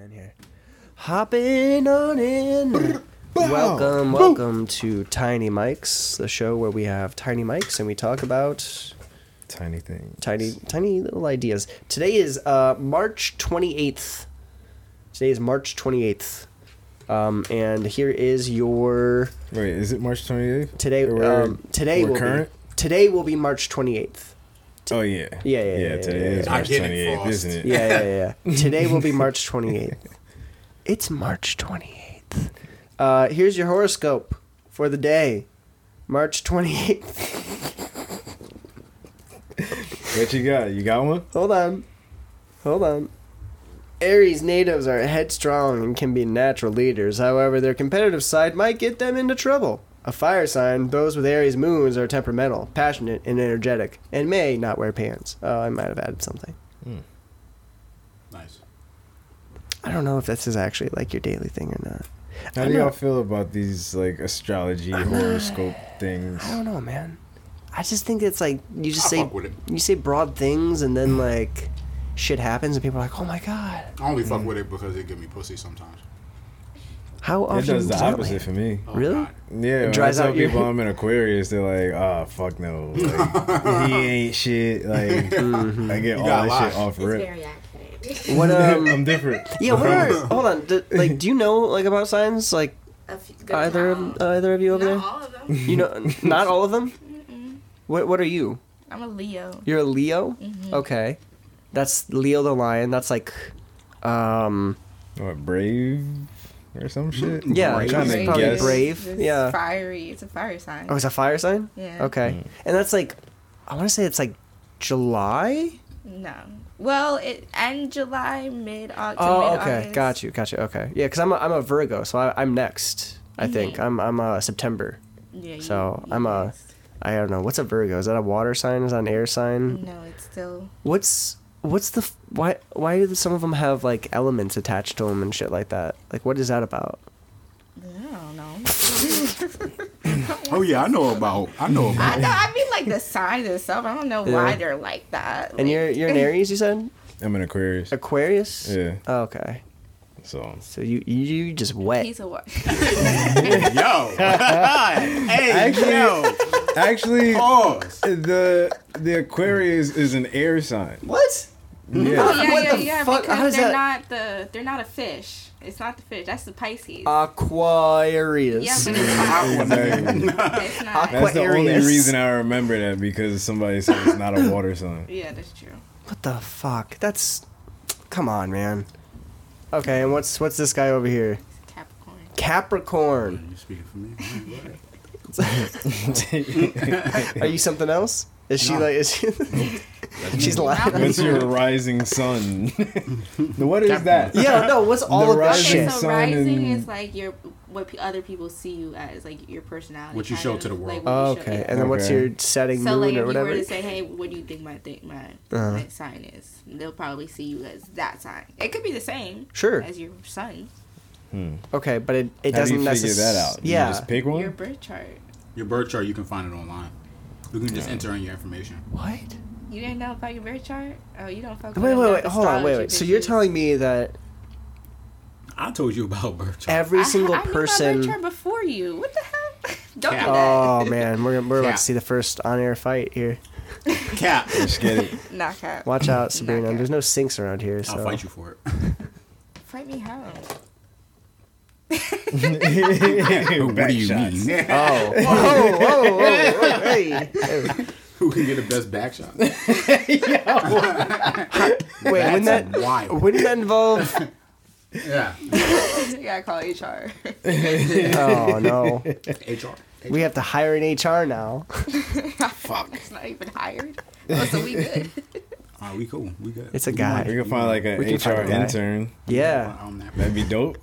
in here. Hopping on in. Welcome, welcome to Tiny Mics, the show where we have tiny mics and we talk about Tiny thing. tiny, tiny little ideas. Today is uh, March 28th. Today is March 28th. Um, and here is your Wait, is it March 28th? today. Or we're- Um, today we're will current? be today will be March 28th. Oh yeah. Yeah, yeah, yeah, today yeah, is yeah. March I get it, 28th, Frost. isn't it? Yeah, yeah, yeah. Today will be March 28th. It's March 28th. Uh, here's your horoscope for the day, March 28th. What you got? You got one? Hold on. Hold on. Aries natives are headstrong and can be natural leaders. However, their competitive side might get them into trouble. A fire sign, those with Aries moons are temperamental, passionate, and energetic, and may not wear pants. Oh, I might have added something. Nice. I don't know if this is actually like your daily thing or not. How I'm do y'all not- feel about these like astrology horoscope things? I don't know, man. I just think it's like you just I say fuck with it. you say broad things and then like shit happens and people are like, "Oh my god, I only fuck with it because it give me pussy sometimes. how It often does the that opposite happen?" for me. Oh, Really? God. Yeah, when I dries tell out your- people I'm an Aquarius, they're like, "Ah, fuck no, like, he ain't shit." Like, I get all gotta that shit lie. off It's rip. very accurate. Mm-hmm. What um I'm different. yeah, what are hold on, do, like do you know like about signs like A few- good either of, job. either of you Not over there? all of them. You know not all of them? What what are you? I'm a Leo. You're a Leo? Okay. That's Leo the lion. That's like um What brave or some shit? yeah, I'm it's trying to probably guess. brave. It's Yeah. Fiery. It's a fire sign. Oh, it's a fire sign? Yeah. Okay. Mm. And that's like I want to say it's like July? No. Well, it end July, mid October. Oh, okay. Got you. Got you. Okay. Yeah, because I'm a, I'm a Virgo, so I, I'm next. I Mm-hmm. think I'm I'm a September. Yeah, you- So, you I'm a- missed. I don't know what's a Virgo. Is that a water sign? Is that an air sign? No, it's still. What's what's the f- why why do some of them have like elements attached to them and shit like that? Like what is that about? I don't know. Oh yeah, I know about. I know I about. know. I mean, like the signs and stuff. I don't know Yeah. why they're like that. And you're you're an Aries, you said I'm an Aquarius, Aquarius. Yeah. Oh, okay. so So you you just wet. He's a what? yo. hey, Actually- yo. actually, Pause. the the Aquarius is an air sign. What? Yeah. yeah, What yeah, the yeah. fuck? How Because is they're that- not the. They're not a fish. It's not the fish. That's the Pisces. Uh, yeah, Aquarius. but it's not. Exactly. It's not. Aqua- That's the only Aquarius. reason I remember that because somebody said it's not a water sign. yeah, that's true. What the fuck? That's come on, man. Okay, and what's what's this guy over here? Capricorn. Capricorn. You speaking for me? All right, go ahead. Are you something else? Is she No. like? Is she? she's lying. What's your rising sun? what is that? Yeah, no. What's all The of that rising Okay, shit? sun. so rising and- is like your what pe- other people see you as, like your personality. What you kind show of, to the like, world. what you show- okay, yeah. and then what's Okay. your setting so like moon if or you were whatever? to say, "Hey, what do you think my th- my Uh-huh. my sign is?" They'll probably see you as that sign. It could be the same. Sure. As your sun, Okay, but it, it How do doesn't you figure necess- that out? Yeah. You just pick your one? birth chart. Your birth chart, you can find it online. You can just enter in your information. what? You didn't know about your birth chart? Oh, you don't fuck. Wait, with wait, enough wait. Hold on. Wait, astrology wait. So you're bitches. telling me that I told you about birth chart. every I- single I knew my birth person? chart before you. What the hell? don't Yeah. do that. Oh man, we're we're about Yeah. to see the first on-air fight here. Cap. Just get it. Knock out. Watch out, Sabrina. good. There's no sinks around here, so. I'll fight you for it. Fight me how? what Back do you shots. mean? Oh. Whoa, whoa, whoa, whoa, hey. Wait, Who can get the best back shot? wouldn't that Wild. wouldn't that involve? Yeah. you gotta call HR. Oh no. HR. We have to hire an HR now. Fuck. It's not even hired. Oh, so we good. All right, we cool. We good. It's a We guy. want- We can find like an We can find HR a guy. intern. Yeah. On that. That'd be dope.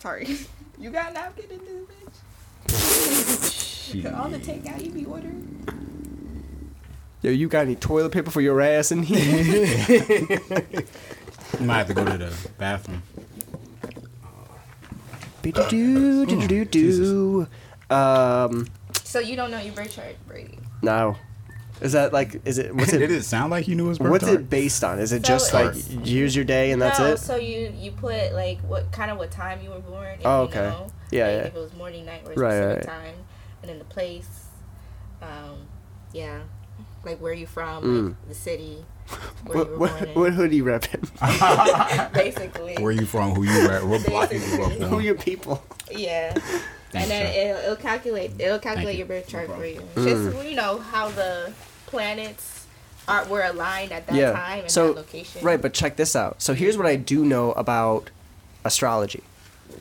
Sorry. You got a napkin in this bitch? All the takeout you be ordering? Yo, you got any toilet paper for your ass in here? You might have to go to the bathroom. Be-do-do, do-do-do-do. Um, So you don't know your birth chart, Brady. no. Is that like? Is it? What's Did it? it sound like you knew his birth What's chart? it based on? Is it So just like it's- here's your day and that's no, it? so you you put like what kind of what time you were born. If Oh, you okay. know, Yeah, yeah. like, If it was morning, night, or a Right, specific right. time, and then the place. Um, yeah, like where you from, like, the city, where you Mm. What, were what, born. what hood you repping? in, basically, Where you from? Who you at? What block you grew up Who on? your people? yeah. Thanks, and then sir. it'll, it'll calculate it'll calculate you. your birth chart No for you. Mm. Just you know how the planets are were aligned at that Yeah. time and So- that location. Right, but check this out. So here's what I do know about astrology.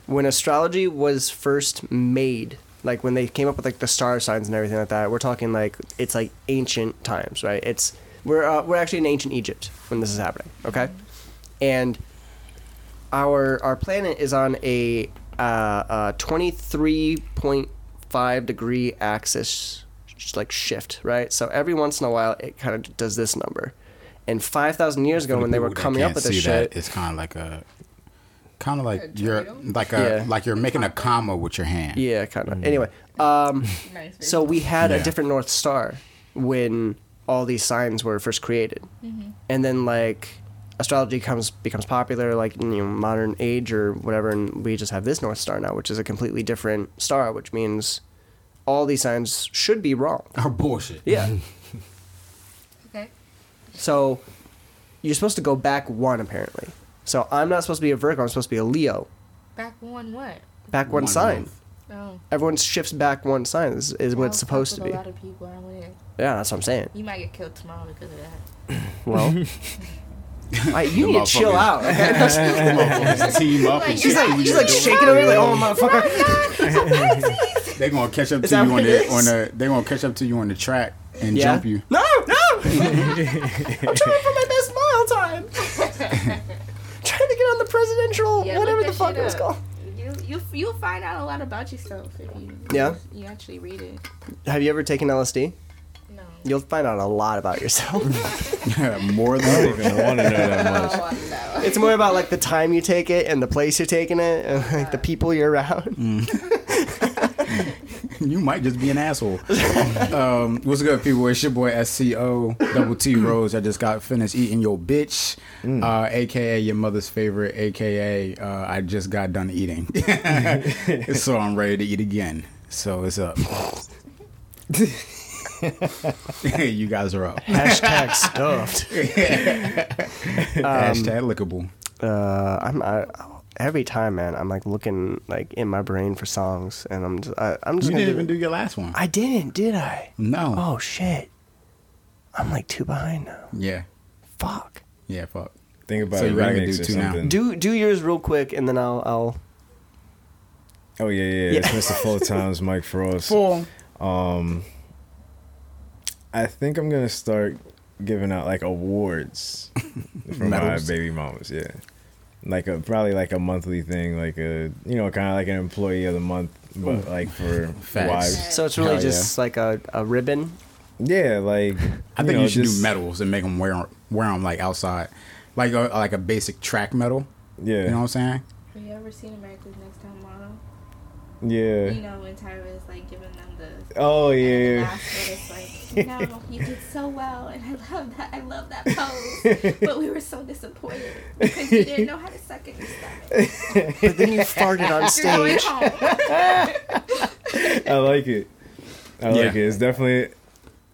When astrology was first made, like when they came up with like the star signs and everything like that, we're talking like it's like ancient times, right? It's we're uh, we're actually in ancient Egypt when this is happening, okay? Mm-hmm. And our our planet is on a uh, uh, 23.5 degree axis sh- like shift right so every once in a while it kind of does this number and 5000 years ago For the when they were people that coming can't up with this see shit that, it's kind of like a, kind of like A you're triangle? like a Yeah. like you're making a comma with your hand. yeah kind Hmm. of anyway um Nice so we had a Yeah. different north star when all these signs were first created Mm-hmm. and then like astrology comes becomes popular like in you know, modern age or whatever and we just have this north star now which is a completely different star which means all these signs should be wrong Or bullshit. yeah okay. so you're supposed to go back one apparently so i'm not supposed to be a virgo i'm supposed to be a leo Back one what? back one, One sign month. Oh. everyone shifts back one sign is, is what I'll it's fuck supposed to with be A lot of people. I wouldn't. yeah that's what i'm saying You might get killed tomorrow because of that. well I, you The need to chill motherfuckers- out okay? The motherfuckers team up and She's shit. like, she's like shaking over, like, oh motherfucker. They gonna catch up Is to that you what it on the is? on the. They gonna catch up to you on the track and Yeah. jump you. No, no. I'm trying for my best mile time. trying to get on the presidential, Yeah, whatever look the that fuck shit it was up. called. You you you'll find out a lot about yourself if you Yeah? you actually read it. Have you ever taken LSD? No. You'll find out a lot about yourself. More I than don't even want to know that much. Oh no. it's more about like the time you take it and the place you're taking it and like the people you're around. you might just be an asshole. um, what's good, people? It's your boy SCO Double T Rose. I just got finished eating your bitch, uh, aka your mother's favorite, aka uh, I just got done eating, so I'm ready to eat again. So it's up. you guys are up. Hashtag stuffed. Um, Hashtag lickable. Uh, I'm I, every time, man. I'm like looking like in my brain for songs, and I'm just, I, I'm just. You gonna didn't even do your last one. I didn't, did I? No. Oh shit! I'm like two behind now. Yeah. Fuck. Yeah. Fuck. Think about So a you gotta remix do or two now. something. Do do yours real quick, and then I'll I'll. oh yeah, yeah, yeah. It's Mr. Full Times, Mike Frost. Four. I think I'm gonna start giving out like awards for my Medals? baby mamas. Yeah, like a probably like a monthly thing, like a you know kind of like an employee of the month, but like for Facts. wives. So it's really Hell just like a, a ribbon. Yeah, like I think know, you should just- do medals and make them wear wear them like outside, like a, like a basic track medal. Yeah, You know what I'm saying? Have you ever seen America's Next Top Model? yeah. You know when Tyra is like giving them the Oh yeah, And the yeah. last one is like, no, you did so well, and I love that. I love that pose, but we were so disappointed because you didn't know how to suck in your stomach. But then you farted on You're going stage. home. I like it. I like Yeah. it. It's definitely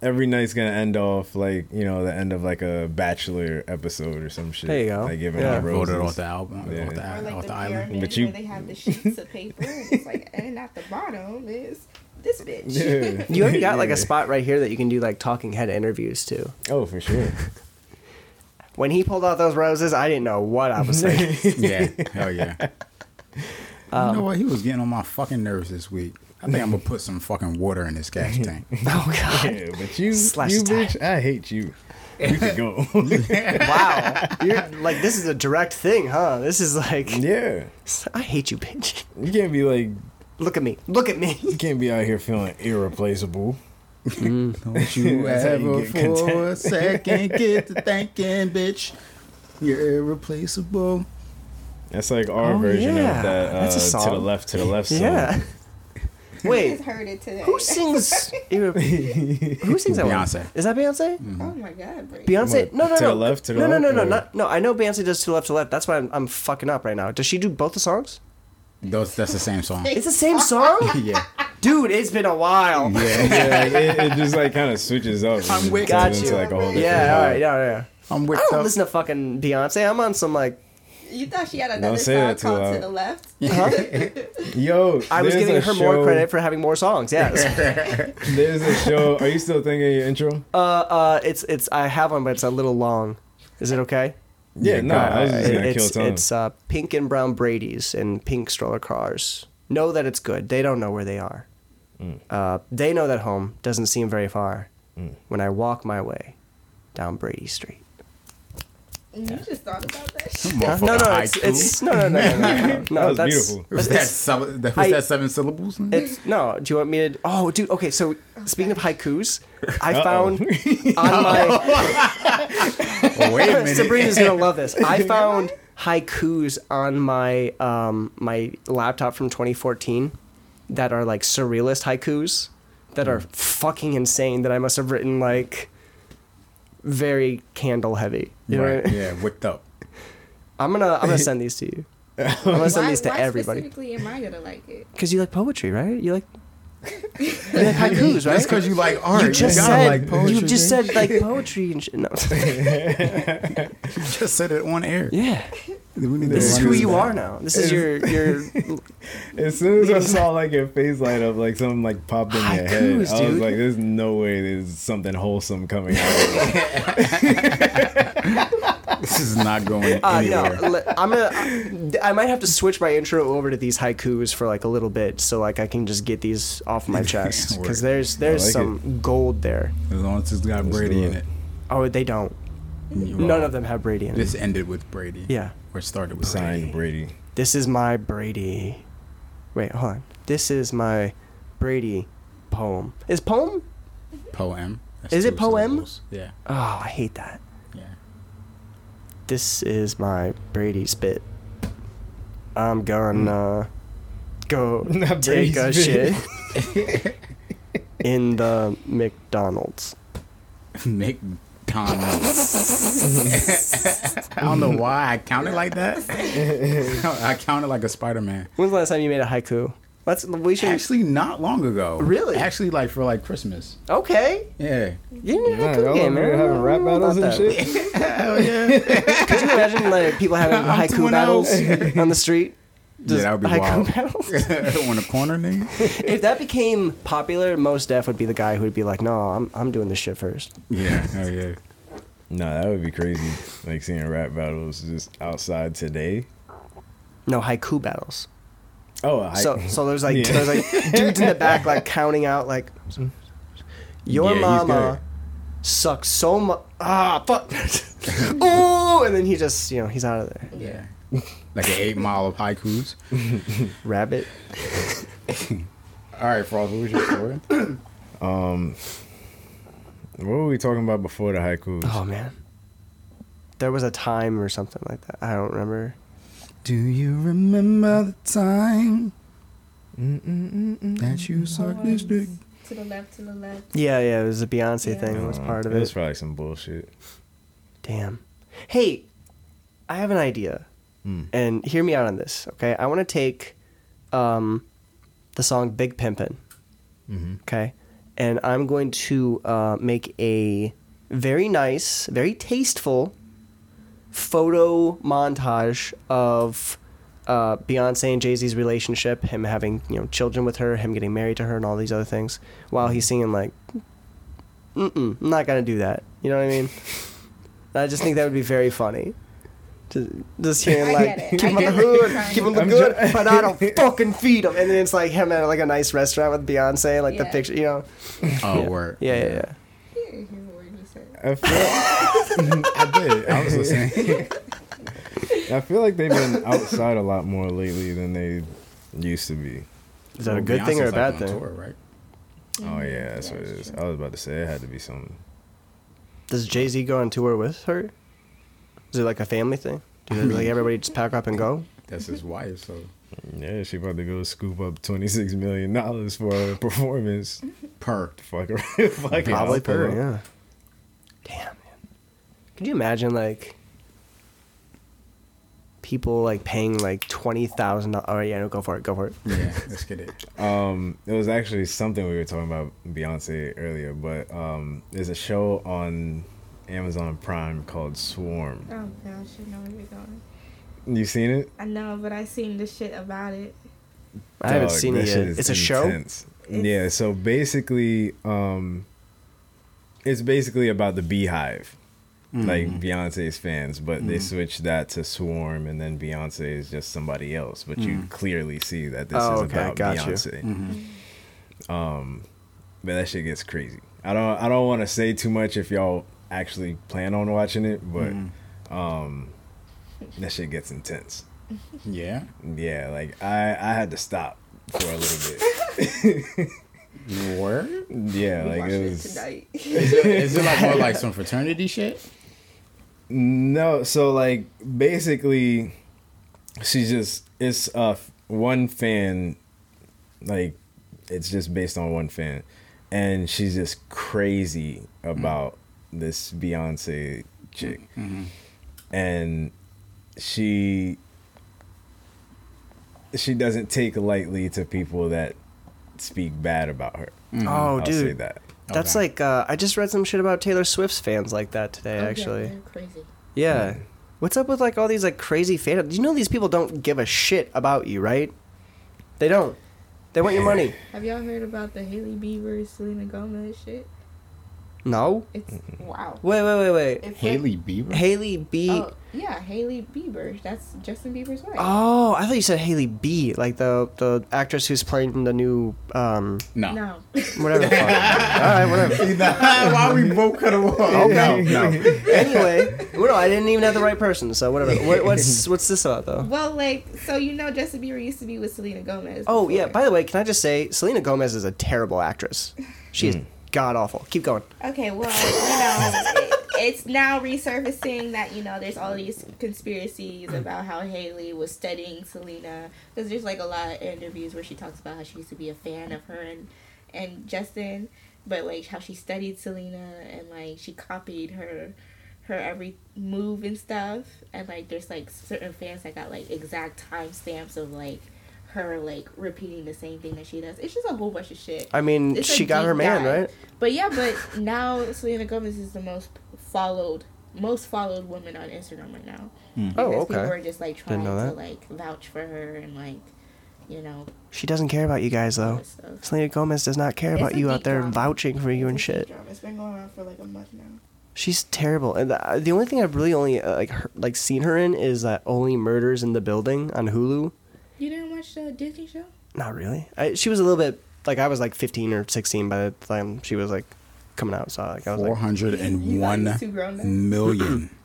every night's gonna end off like you know the end of like a Bachelor episode or some shit. There you go. Like giving Yeah. out Voted off roses. the album, Yeah. off the, Or like off the the island. pyramid But you- where they have the sheets of paper, and it's like, and at the bottom is this bitch. Yeah. You already got like Yeah. a spot right here that you can do like talking head interviews to. Oh, for sure. When he pulled out those roses, I didn't know what I was thinking. yeah, hell yeah. you know what? He was getting on my fucking nerves this week. I think I'm gonna put some fucking water in this gas tank. oh god! Yeah, but you, Slash you time. bitch, I hate you. You could go. Wow, you're like this is a direct thing, huh? This is like yeah, I hate you, bitch. you can't be like, Look at me. Look at me. you can't be out here feeling irreplaceable. Don't you That's how you ever get for a second get to thinking, bitch. You're irreplaceable. That's like our Oh, version yeah. of that. Uh, That's a To the song. left, to the left. Song. Yeah. Wait, just heard it today. who sings? who sings that Beyonce. one? Is that Beyonce? Oh my god, Bree. Beyonce? Mm. What, No, no, to no. the left, to the no, no, no, left, no, or- not, no. I know Beyonce does to left, to left. That's why I'm, I'm fucking up right now. Does she do both the songs? Those, that's the same song. It's the same song, yeah. dude. It's been a while. Yeah, yeah, like, it, it just like kind of switches up. and with- it turns Got into, you. Like a whole different yeah all right, vibe. yeah, yeah. I'm with I don't up. listen to fucking Beyonce. I'm on some like You thought she had another say song that too called loud. to the left? Yo, I was there's giving a her more show- credit for having more songs. Yes. There's a show. Are you still thinking your intro? uh, uh, it's it's I have one, but it's a little long. Is it okay? yeah, no, I was just It- gonna kill it's time. it's uh, pink and brown Brady's and pink stroller cars. Know that it's good. They don't know where they are. Mm. Uh, they know that home doesn't seem very far. When I walk my way down Brady Street. You just thought about that shit. Oh, Huh? No, no, it's, it's no, no, no, no, no, no. no That was that's, beautiful. was that, that's- sub, that, was I- that seven syllables? It's no. Do you want me to? Oh, dude. Okay. So speaking of haikus, I Uh-oh. found on my Wait a minute. Sabrina's gonna love this. I found haikus on my um my laptop from 2014 that are like surrealist haikus that are fucking insane that I must have written like very candle heavy. You know what I Right, mean? yeah, whipped up. I'm gonna I'm gonna send these to you. I'm gonna send Why, these to why everybody specifically am I gonna like it? because you like poetry, right? You like you like haikus, right? That's because you like art. You just gotta said like poetry. you just man. said like poetry and shit. No. You just said it on air. yeah, We need to this is run who this you back. are now. This is your your as soon as I saw like your face light up, like something like popped in your head, I Haikus, was dude. like, "There's no way there's something wholesome coming out." This is not going uh, no. anywhere. le- I'm gonna. I might have to switch my intro over to these haikus for like a little bit, so like I can just get these off my chest because there's there's like some gold there. As long as it's got Brady in it. Oh, they don't. You None are. of them have Brady in it. This ended with Brady. Yeah, Or started with Signed Brady. this is my Brady. Wait, hold on. This is my Brady poem. Is poem? Brady. Poem. That's Is it two poem? syllables. Yeah. Oh, I hate that. Yeah. this is my Brady spit. I'm gonna go Hmm. Not take Brady a spit. shit in the McDonald's. McDonald's. I don't know why I counted like that. I counted like a Spider Man. When's the last time you made a haiku? Let's we should Actually, not long ago. Really? Actually, like for like Christmas. okay. Yeah. You need a Yeah, haiku y'all game, over here man. having rap I don't know battles about and that. shit. Hell yeah. Could you imagine like people having I'm haiku 2-0. battles on the street? yeah, that would be haiku wild. battles. On the corner, nigga. if that became popular, most Def would be the guy who would be like, "No, I'm I'm doing this shit first. Yeah. Hell yeah. No, that would be crazy. Like seeing rap battles just outside today. No haiku battles." Oh, I, so so there's like Yeah. there's like dudes in the back like counting out like your Yeah, he's mama sucks so much ah fuck ooh and then he just you know he's out of there Yeah. Like an eight mile of haikus. rabbit All right, Frost, what was your story? what were we talking about before the haikus? oh man there was a time or something like that I don't remember Do you remember the time Mm, that you sucked this dick? To the left, to the left. yeah yeah it was a Beyonce Yeah. thing was Uh, part of It was it probably some bullshit. damn hey I have an idea and hear me out on this okay I want to take um the song Big Pimpin'. Okay. And I'm going to uh, make a very nice, very tasteful photo montage of uh, Beyonce and Jay Z's relationship, him having you know children with her, him getting married to her, and all these other things, while he's singing like, "Mm-mm, I'm not gonna do that." You know what I mean? I just think that would be very funny. Just, just hearing I like, get it. "Give him the I get what you're hood, trying give to him the do. good," I'm try- but I don't fucking feed him. And then it's like him at like a nice restaurant with Beyonce, like the Yeah. picture, you know? Oh, word. Yeah, yeah, yeah. You didn't hear what you said. I feel, I did. I was listening. I feel like they've been outside a lot more lately than they used to be. Is that a good thing or a bad thing? Tour, right? Oh yeah, Mm-hmm. that's what it is. I was about to say it had to be something. Does Jay Z go on tour with her? Is it like a family thing? Do they, like everybody just pack up and go? That's his wife, so Yeah, she about to go scoop up twenty six million dollars for her performance. Per. Fuck her. Fuck Probably I'll pull per, up. yeah. Damn, man. Could you imagine, like, people, like, paying, like, $20,000? Oh, yeah, no, go for it, go for it. Yeah, let's get it. Um, it was actually something we were talking about Beyonce earlier, but um, there's a show on Amazon Prime called Swarm. Oh gosh, I know where you're going. You seen it? I know, but I seen the shit about it. I haven't Dog, seen that it yet. shit It's is a show? intense. yeah, so basically, um, it's basically about the beehive, Mm. like Beyonce's fans, but they switched that to Swarm, and then Beyonce is just somebody else. But you clearly see that this Mm. Oh, is okay, Mm-hmm. about got you. Beyonce. Um, but that shit gets crazy. I don't, I don't want to say too much if y'all actually plan on watching it, but Mm. um, that shit gets intense. Yeah. Yeah, like I, I had to stop for a little bit. Word? Yeah, like it was. tonight. Is it like more like some fraternity shit? No, so like basically, she's just it's uh f- one fan, like it's just based on one fan, and she's just crazy about this Beyonce chick, and she she doesn't take lightly to people that speak bad about her. Oh, I'll say dude. that. That's Okay. like, uh, I just read some shit about Taylor Swift's fans like that today, actually. they're crazy. Yeah. What's up with like all these like crazy fan? You know these people don't give a shit about you, right? They don't. They want your money. Have y'all heard about the Haley Bieber, Selena Gomez shit? No. It's wow. Wait, wait, wait, wait. It's Haley Bieber? Haley Like, B. oh yeah, Haley Bieber. That's Justin Bieber's wife. Oh, I thought you said Haley B, like the the actress who's playing the new um No. No. whatever. the fuck. All right, whatever. Why we both cut him off? No, no. Anyway, well, no, I didn't even have the right person, so whatever. What, what's what's this about though? well, like, so you know, Justin Bieber used to be with Selena Gomez. Oh yeah. before. By the way, can I just say Selena Gomez is a terrible actress. She Hmm. is god awful. Keep going. Okay, well, you know, it, it's now resurfacing that you know there's all these conspiracies about how Haley was studying Selena because there's like a lot of interviews where she talks about how she used to be a fan of her and and Justin, but like how she studied Selena and like she copied her her every move and stuff and like there's like certain fans that got like exact timestamps of like her like repeating the same thing that she does. It's just a whole bunch of shit. I mean, It's a she got deep her man, dive. right? But yeah, but now Selena Gomez is the most followed, most followed woman on Instagram right now. Oh, Because okay. People are just like trying Didn't know to that. like vouch for her and like, you know, She doesn't care about you guys though. stuff. Selena Gomez does not care It's about a you out deep there drama. vouching for you and shit. It's been going on for like a month now. She's terrible. And the, the only thing I've really only uh, like her, like seen her in is that only murders in the building on Hulu. You didn't watch the Disney show? Not really. I, she was a little bit like I was like 15 or 16 by the time she was like coming out. So like I was like, 401 too grown now. million.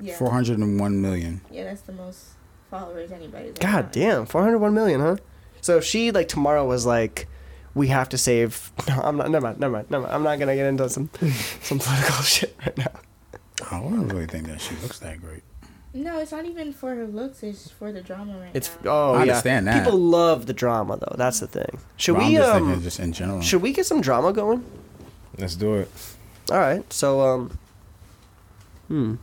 Yeah, 401 million. yeah, that's the most followers anybody's. God damn, 401 million, huh? So if she like tomorrow was like, we have to save. No, I'm not. Never mind. Never mind. Never mind. I'm not gonna get into some some political shit right now. I don't really think that she looks that great. No, it's not even for her looks. It's for the drama right It's now. oh I yeah. understand that. People love the drama though. That's the thing. Should But we I'm just um? thinking just in general. Should we get some drama going? Let's do it. All right. So um, hmm,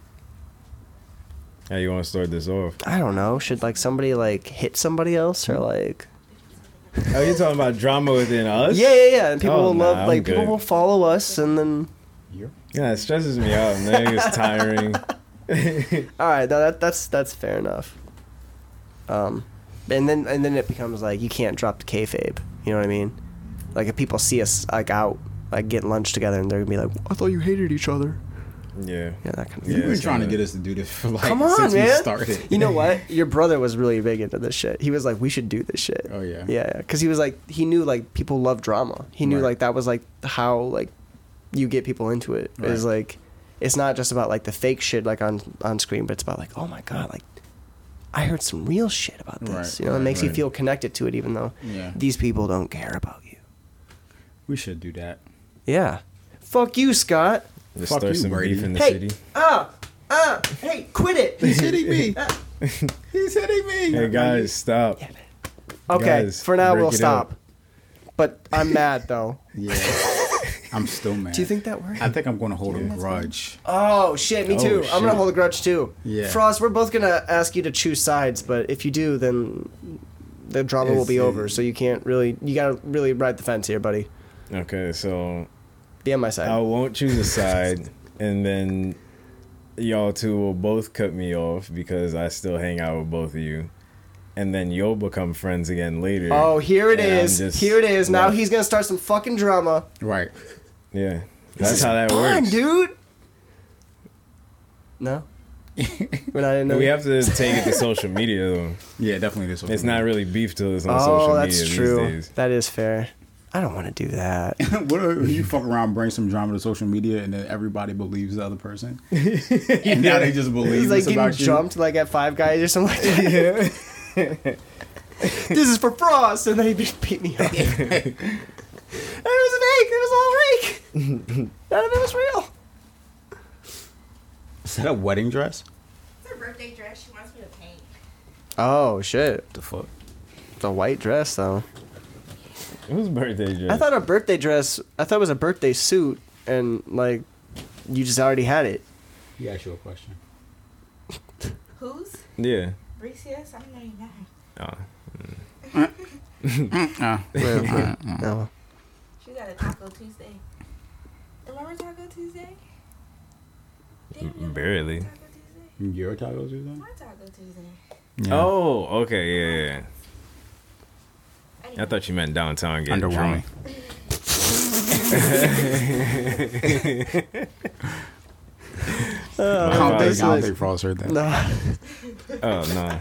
How you want to start this off? I don't know. Should like somebody like hit somebody else or like? Oh, you talking about drama within us? Yeah, yeah, yeah. And people Oh, will nah, love. I'm like people good. will follow us, and then Yeah, it stresses me out, man. It's tiring. all right. No, that that's that's fair enough. Um, and then and then it becomes like you can't drop the kayfabe. You know what I mean? Like if people see us like out like getting lunch together, and they're gonna be like, "I thought you hated each other." Yeah. Yeah, that kind of. thing. Yeah, You've been it's trying to kinda- get us to do this for like Come on, since we man. started. You know what? Your brother was really big into this shit. He was like, "We should do this shit." Oh, yeah. yeah. Because he was like, he knew like people love drama. He knew Right. like that was like how like you get people into it. It was Right. like, it's not just about like the fake shit like on on screen, but it's about like, oh my god, like I heard some real shit about this. Right, you know, it right, makes you right. feel connected to it, even though Yeah. these people don't care about you. We should do that. Yeah. Fuck you, Scott. ah, Let's Fuck start you, some Brady. beef in the Hey. city. Ah, ah. Hey, quit it. Kidding me? He's hitting me. Hey guys, stop. Okay, Guys, for now break we'll it up. stop. But I'm mad though. Yeah. I'm still mad. Do you think that worked? I think I'm going to hold a grudge. Oh shit, me too. I'm gonna shit. hold a grudge too. Yeah. Frost, we're both gonna ask you to choose sides, but if you do, then the drama will It's- be it- over. So you can't really, you gotta really ride the fence here, buddy. Okay, so Be on my side. I won't choose a side, and then y'all two will both cut me off because I still hang out with both of you, and then you'll become friends again later. Oh, here it And I'm is. just Here it is. Now left. he's gonna start some fucking drama. Right. yeah, that's how that Fine, works. dude. No. when I didn't know. We have to take it to social media though. Yeah, definitely this one. It's not really beef till it's on oh, social that's media true. these days. That is fair. I don't want to do that. what are, you fuck around, bring some drama to social media, and then everybody believes the other person. and now they just believe He's it's, like getting about you. jumped like at Five Guys or something like that. this is for Frost, and then he just beat me up. it was an egg. It was all fake. None of it was real. Is that a wedding dress? It's her birthday dress. She wants me to paint. Oh shit! The fuck? The white dress though. It was birthday dress. I thought a birthday dress. I thought it was a birthday suit, and like, you just already had it. He asked you a question. Who's? yeah. Reese's? I'm not even mad. Nah. Well, no. She got a Taco Tuesday. Remember Taco Tuesday? Do you M- remember barely. Taco Tuesday? Your tacos or My Taco Tuesday. Oh, okay, yeah, yeah, yeah. I Anyway, thought you meant downtown getting Underwhelming. drunk. I don't Oh, think, I this this don't was- think Frost heard that. No. Oh no.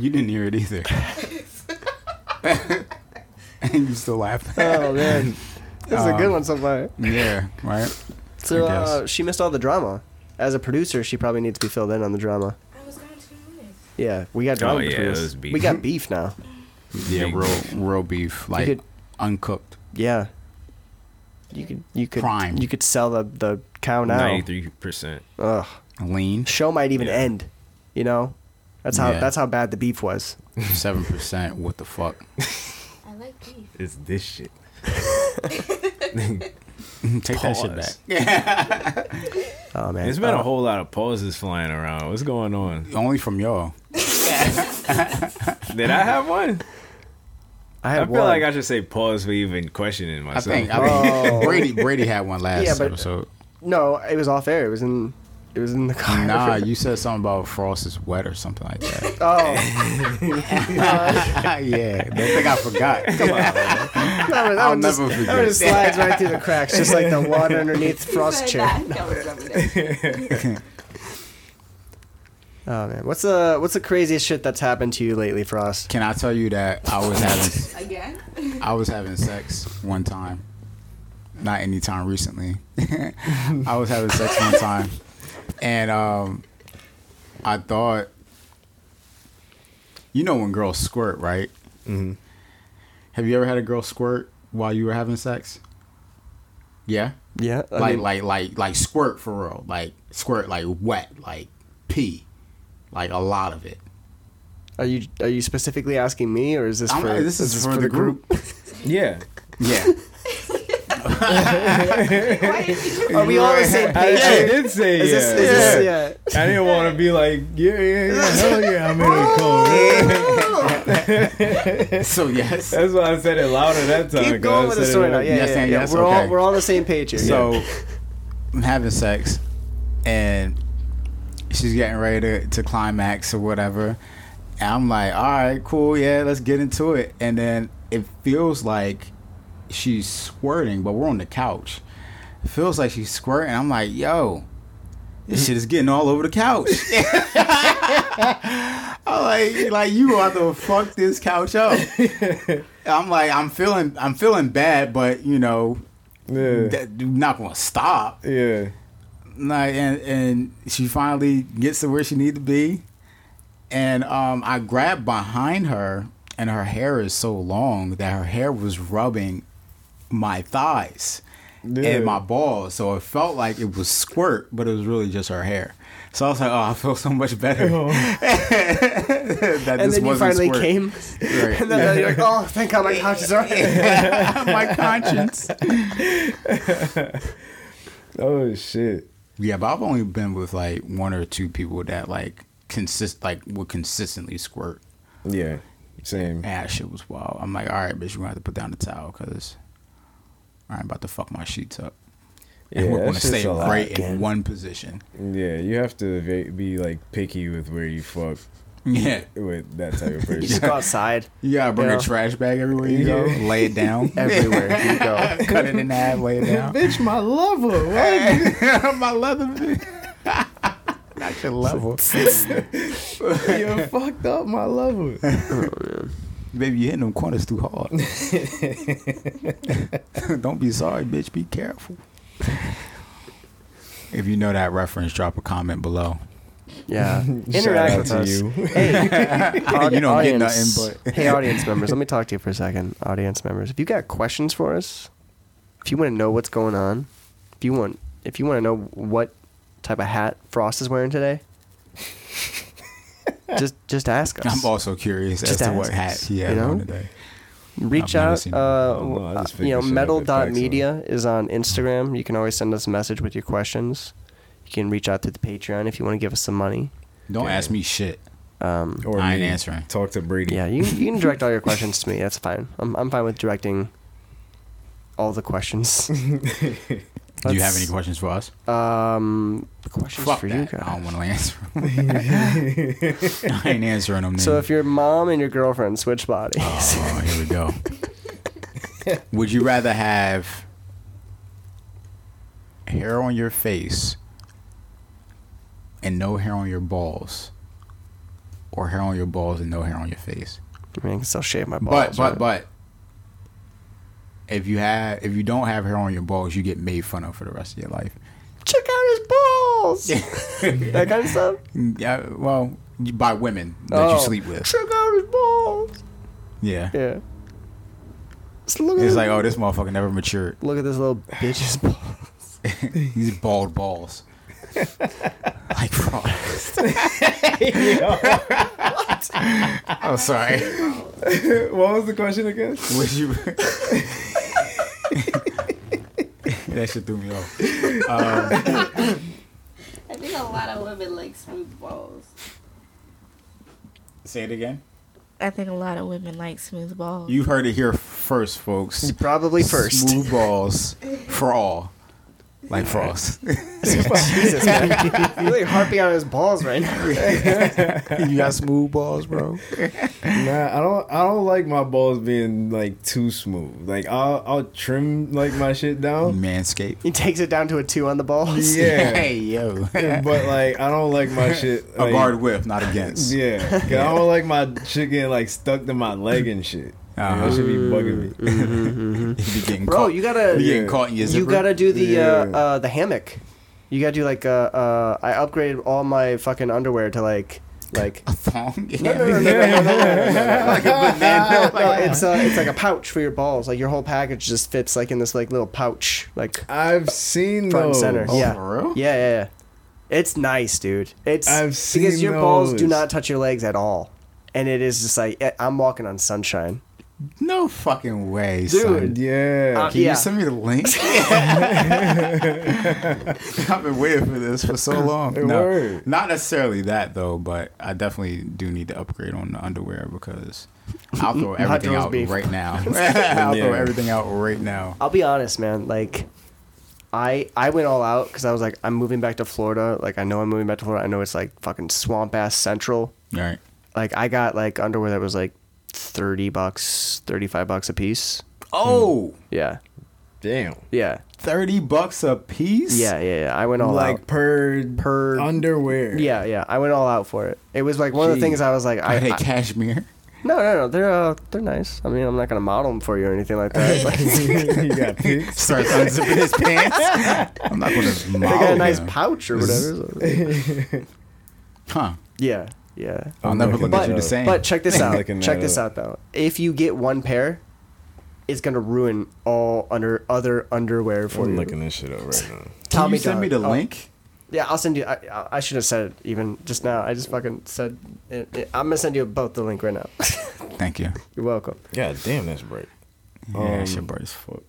you didn't hear it either. and you still laugh. Oh man, this is a good Um, one so far. yeah, right? So I uh, guess. she missed all the drama. As a producer, she probably needs to be filled in on the drama. I was gone two minutes. Yeah, we got drama Oh, yeah, between us. it was beef. We got beef now. Yeah, Big real, real beef. Like, could- uncooked. Yeah. You could you could Prime. you could sell the the cow now. Ninety-three percent. Ugh. Lean. Show might even Yeah. end. You know? That's how Yeah. that's how bad the beef was. 7%. What the fuck? I like beef. It's this shit. Take that shit back. Pause. Oh man. It's been Uh, a whole lot of pauses flying around. What's going on? Only from y'all. Did I have one? I I had feel one. like I should say pause for even questioning I myself. think, I think Oh. Brady Brady had one last Yeah, but- episode. no, it was off air. It was in it was in the car. Nah, you said something about Frost is wet or something like that. Oh, yeah, they think I forgot. Come on, that one, that I'll one just, never that one just forget. slides right through the cracks, just like the water underneath Frost's Besides chair. that, that was lovely. Oh man, what's the what's the craziest shit that's happened to you lately, Frost? Can I tell you that I was having Again? I was having sex one time, not anytime recently. I was having sex one time, and um, I thought, you know, when girls squirt, right? Mm-hmm. Have you ever had a girl squirt while you were having sex? Yeah. Yeah, I like mean, like like like squirt for real like squirt like wet like pee like a lot of it are you are you specifically asking me, or is this I'm- for this is for the group. yeah. yeah Why did you Are we all on the same I, page? I did say yeah. Is this, is this, yeah. I didn't want to be like, yeah, yeah, yeah, hell yeah, I'm in the cold. so yes That's why I said it louder that time. 'cause I Keep going with the said it story now. like- Yeah, Yes yeah, and yeah. yes, we're all okay. we're all on the same page here. so uh, i'm having sex and she's getting ready to, to climax or whatever and i'm like all right cool yeah let's get into it and then it feels like she's squirting but we're on the couch it feels like she's squirting i'm like yo this shit is getting all over the couch I'm like, like you about to fuck this couch up. I'm like, I'm feeling, I'm feeling bad, but you know, yeah, that, I'm not gonna stop. yeah. Like, and and she finally gets to where she need to be, and um, I grab behind her, and her hair is so long that her hair was rubbing my thighs, Yeah. and my balls. So it felt like it was squirt, but it was really just her hair. So I was like, oh, I feel so much better. that And then you finally squirt. came. Right. And then you're like, oh, thank God my couch is alright. my conscience. Oh shit. Yeah, but I've only been with like one or two people that like consist like would consistently squirt. Yeah. Same. And that shit was wild. I'm like, all right, bitch, you gonna have to put down the towel because I'm about to fuck my sheets up. Yeah, And we're that gonna shit's stay a lot. right in one position. Yeah, you have to va- be like picky with where you fuck Yeah. with that type You of person. just go outside. You gotta bring Yeah. a trash bag everywhere you go, Yeah. lay it down, Everywhere you go. cut it in half, lay it down. Bitch, my lover. my leather Not your level. you fucked up my lover. Baby, you hitting them corners too hard. Don't be sorry, bitch. Be careful. If you know that reference, drop a comment below. Yeah. Shout Interact out with to us. you. Aud- You don't get audience- nothing, hey, audience members, let me talk to you for a second. Audience members, if you got questions for us, if you want to know what's going on, if you want, if you want to know what type of hat Frost is wearing today, just just ask us. I'm also curious Just as to what ask hat us, he you had know? on today. Reach I've never out. seen Uh, Oh, no, I uh, just you know, figured shit out with facts metal.media is on Instagram. You can always send us a message with your questions. You can reach out to the Patreon if you want to give us some money. Don't Yeah. ask me shit. Um, Or I ain't me. answering. Talk to Brady. Yeah, you, you can direct all your questions to me. That's fine. I'm, I'm fine with directing all the questions. Do you have That's- any questions for us? Um, questions Fuck for that. Oh, you I don't guys. want to answer. 'em. I ain't answering them. So then. if your mom and your girlfriend switch bodies, Oh, here we go. Would you rather have hair on your face and no hair on your balls, or hair on your balls and no hair on your face? I mean, I can still shave my balls. But but but if you have if you don't have hair on your balls, you get made fun of for the rest of your life. but check out his balls. that kind of stuff. Yeah, well, you- by women that Oh. you sleep with. Check out his balls. Yeah. Yeah. Just look at It's this, like, oh, this motherfucker never matured. look at this little bitch's balls. These bald balls. like frogs. I'm sorry. what was the question again? Would you? that shit threw me off. I think a lot of women like smooth balls. Say it again. I think a lot of women like smooth balls. You heard it here first, folks. Probably first. Smooth balls for all, like frost. Jesus, man. He's really harping on his balls right now. you got smooth balls, bro. Nah, I don't. I don't like my balls being like too smooth. Like I'll I'll trim like my shit Oh. down. Manscape. He takes it down to a two on the balls. Yeah, Hey yo. but like I don't like my shit. Like, A guard with, not against. Yeah, 'Cause I don't like my shit getting like stuck to my leg and shit. Uh-huh. That should be bugging me. You be getting Bro, caught. you gotta you Yeah. getting caught in your zipper. You gotta do the Yeah. uh, uh, the hammock. You gotta do like uh, uh, I upgraded all my fucking underwear to like like. a thong. No, no, no, no, no, no, no, no, no, no. No, it's uh, it's like a pouch for your balls. Like your whole package just fits like in this like little pouch. Like I've seen Front and those. center. Oh, Yeah. for real? yeah, yeah, yeah. It's nice, dude. It's I've seen because your balls do those. not touch your legs at all, and it is just like eh, I'm walking on sunshine. No fucking way, son. Dude. Yeah. Uh, Can Yeah. you send me the link? I've been waiting for this for so long. It No, worked. not necessarily that though, but I definitely do need to upgrade on the underwear because I'll throw everything Hot girls out beef. right now. I'll throw Yeah. everything out right now. I'll be honest, man. Like, I I went all out because I was like, I'm moving back to Florida. Like, I know I'm moving back to Florida. I know it's like fucking swamp ass central. All right. Like, I got like underwear that was like thirty bucks, thirty five bucks a piece. Oh, Yeah, Damn. yeah, 30 bucks a piece? yeah, yeah. yeah. I went all Like out. per Per- Oh, underwear. Yeah, yeah. I went all out for it. It was like one of the Gee. things I was like, I, I hate I- cashmere. no, no, no. They're uh, they're nice. I mean, I'm not gonna model them for you or anything like that. but they you got pics. Starts unzipping his pants. I'm not going to model got a nice him. pouch or whatever. so- Huh. yeah, yeah. I'll I'm never looking look at it you the up. same. But check this out. Looking that check this up. out though. If you get one pair, is gonna ruin all under other underwear for I'm you. looking this shit up right now. Can Tommy you send me the Dog. Oh, link? Yeah, I'll send you. I, I- I should have said it even just now. I just fucking said. It, it- I'm gonna send you both the link right now. Thank you. You're welcome. God damn, that's bright. Yeah, Um, shit bright as fuck.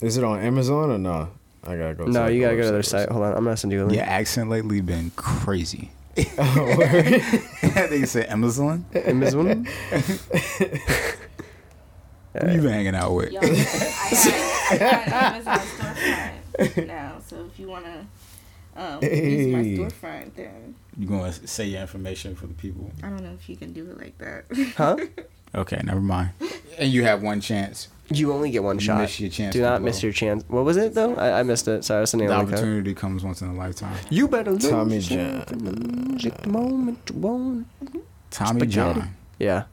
Is it on Amazon or no? I gotta go. No, to you like, gotta a go to their website site. Hold on, I'm gonna send you a link. Your accent lately been crazy. or something. I think you said Amazon. Amazon. Who you been hanging out with? Y'all, I have, I have an Amazon storefront now, so if you wanna um, use my Hey. storefront, then You gonna say your information for the people? I don't know if you can do it like that. Huh? Okay, never mind. And you have one chance. You only get one You shot. miss your chance Do to not blow. miss your chance. What was it though? I, I missed it. Sorry, I was sending The a link. out. opportunity comes once in a lifetime. You better lose Tommy it John. for the Music moment won't. Tommy Spaghetti. John. Yeah,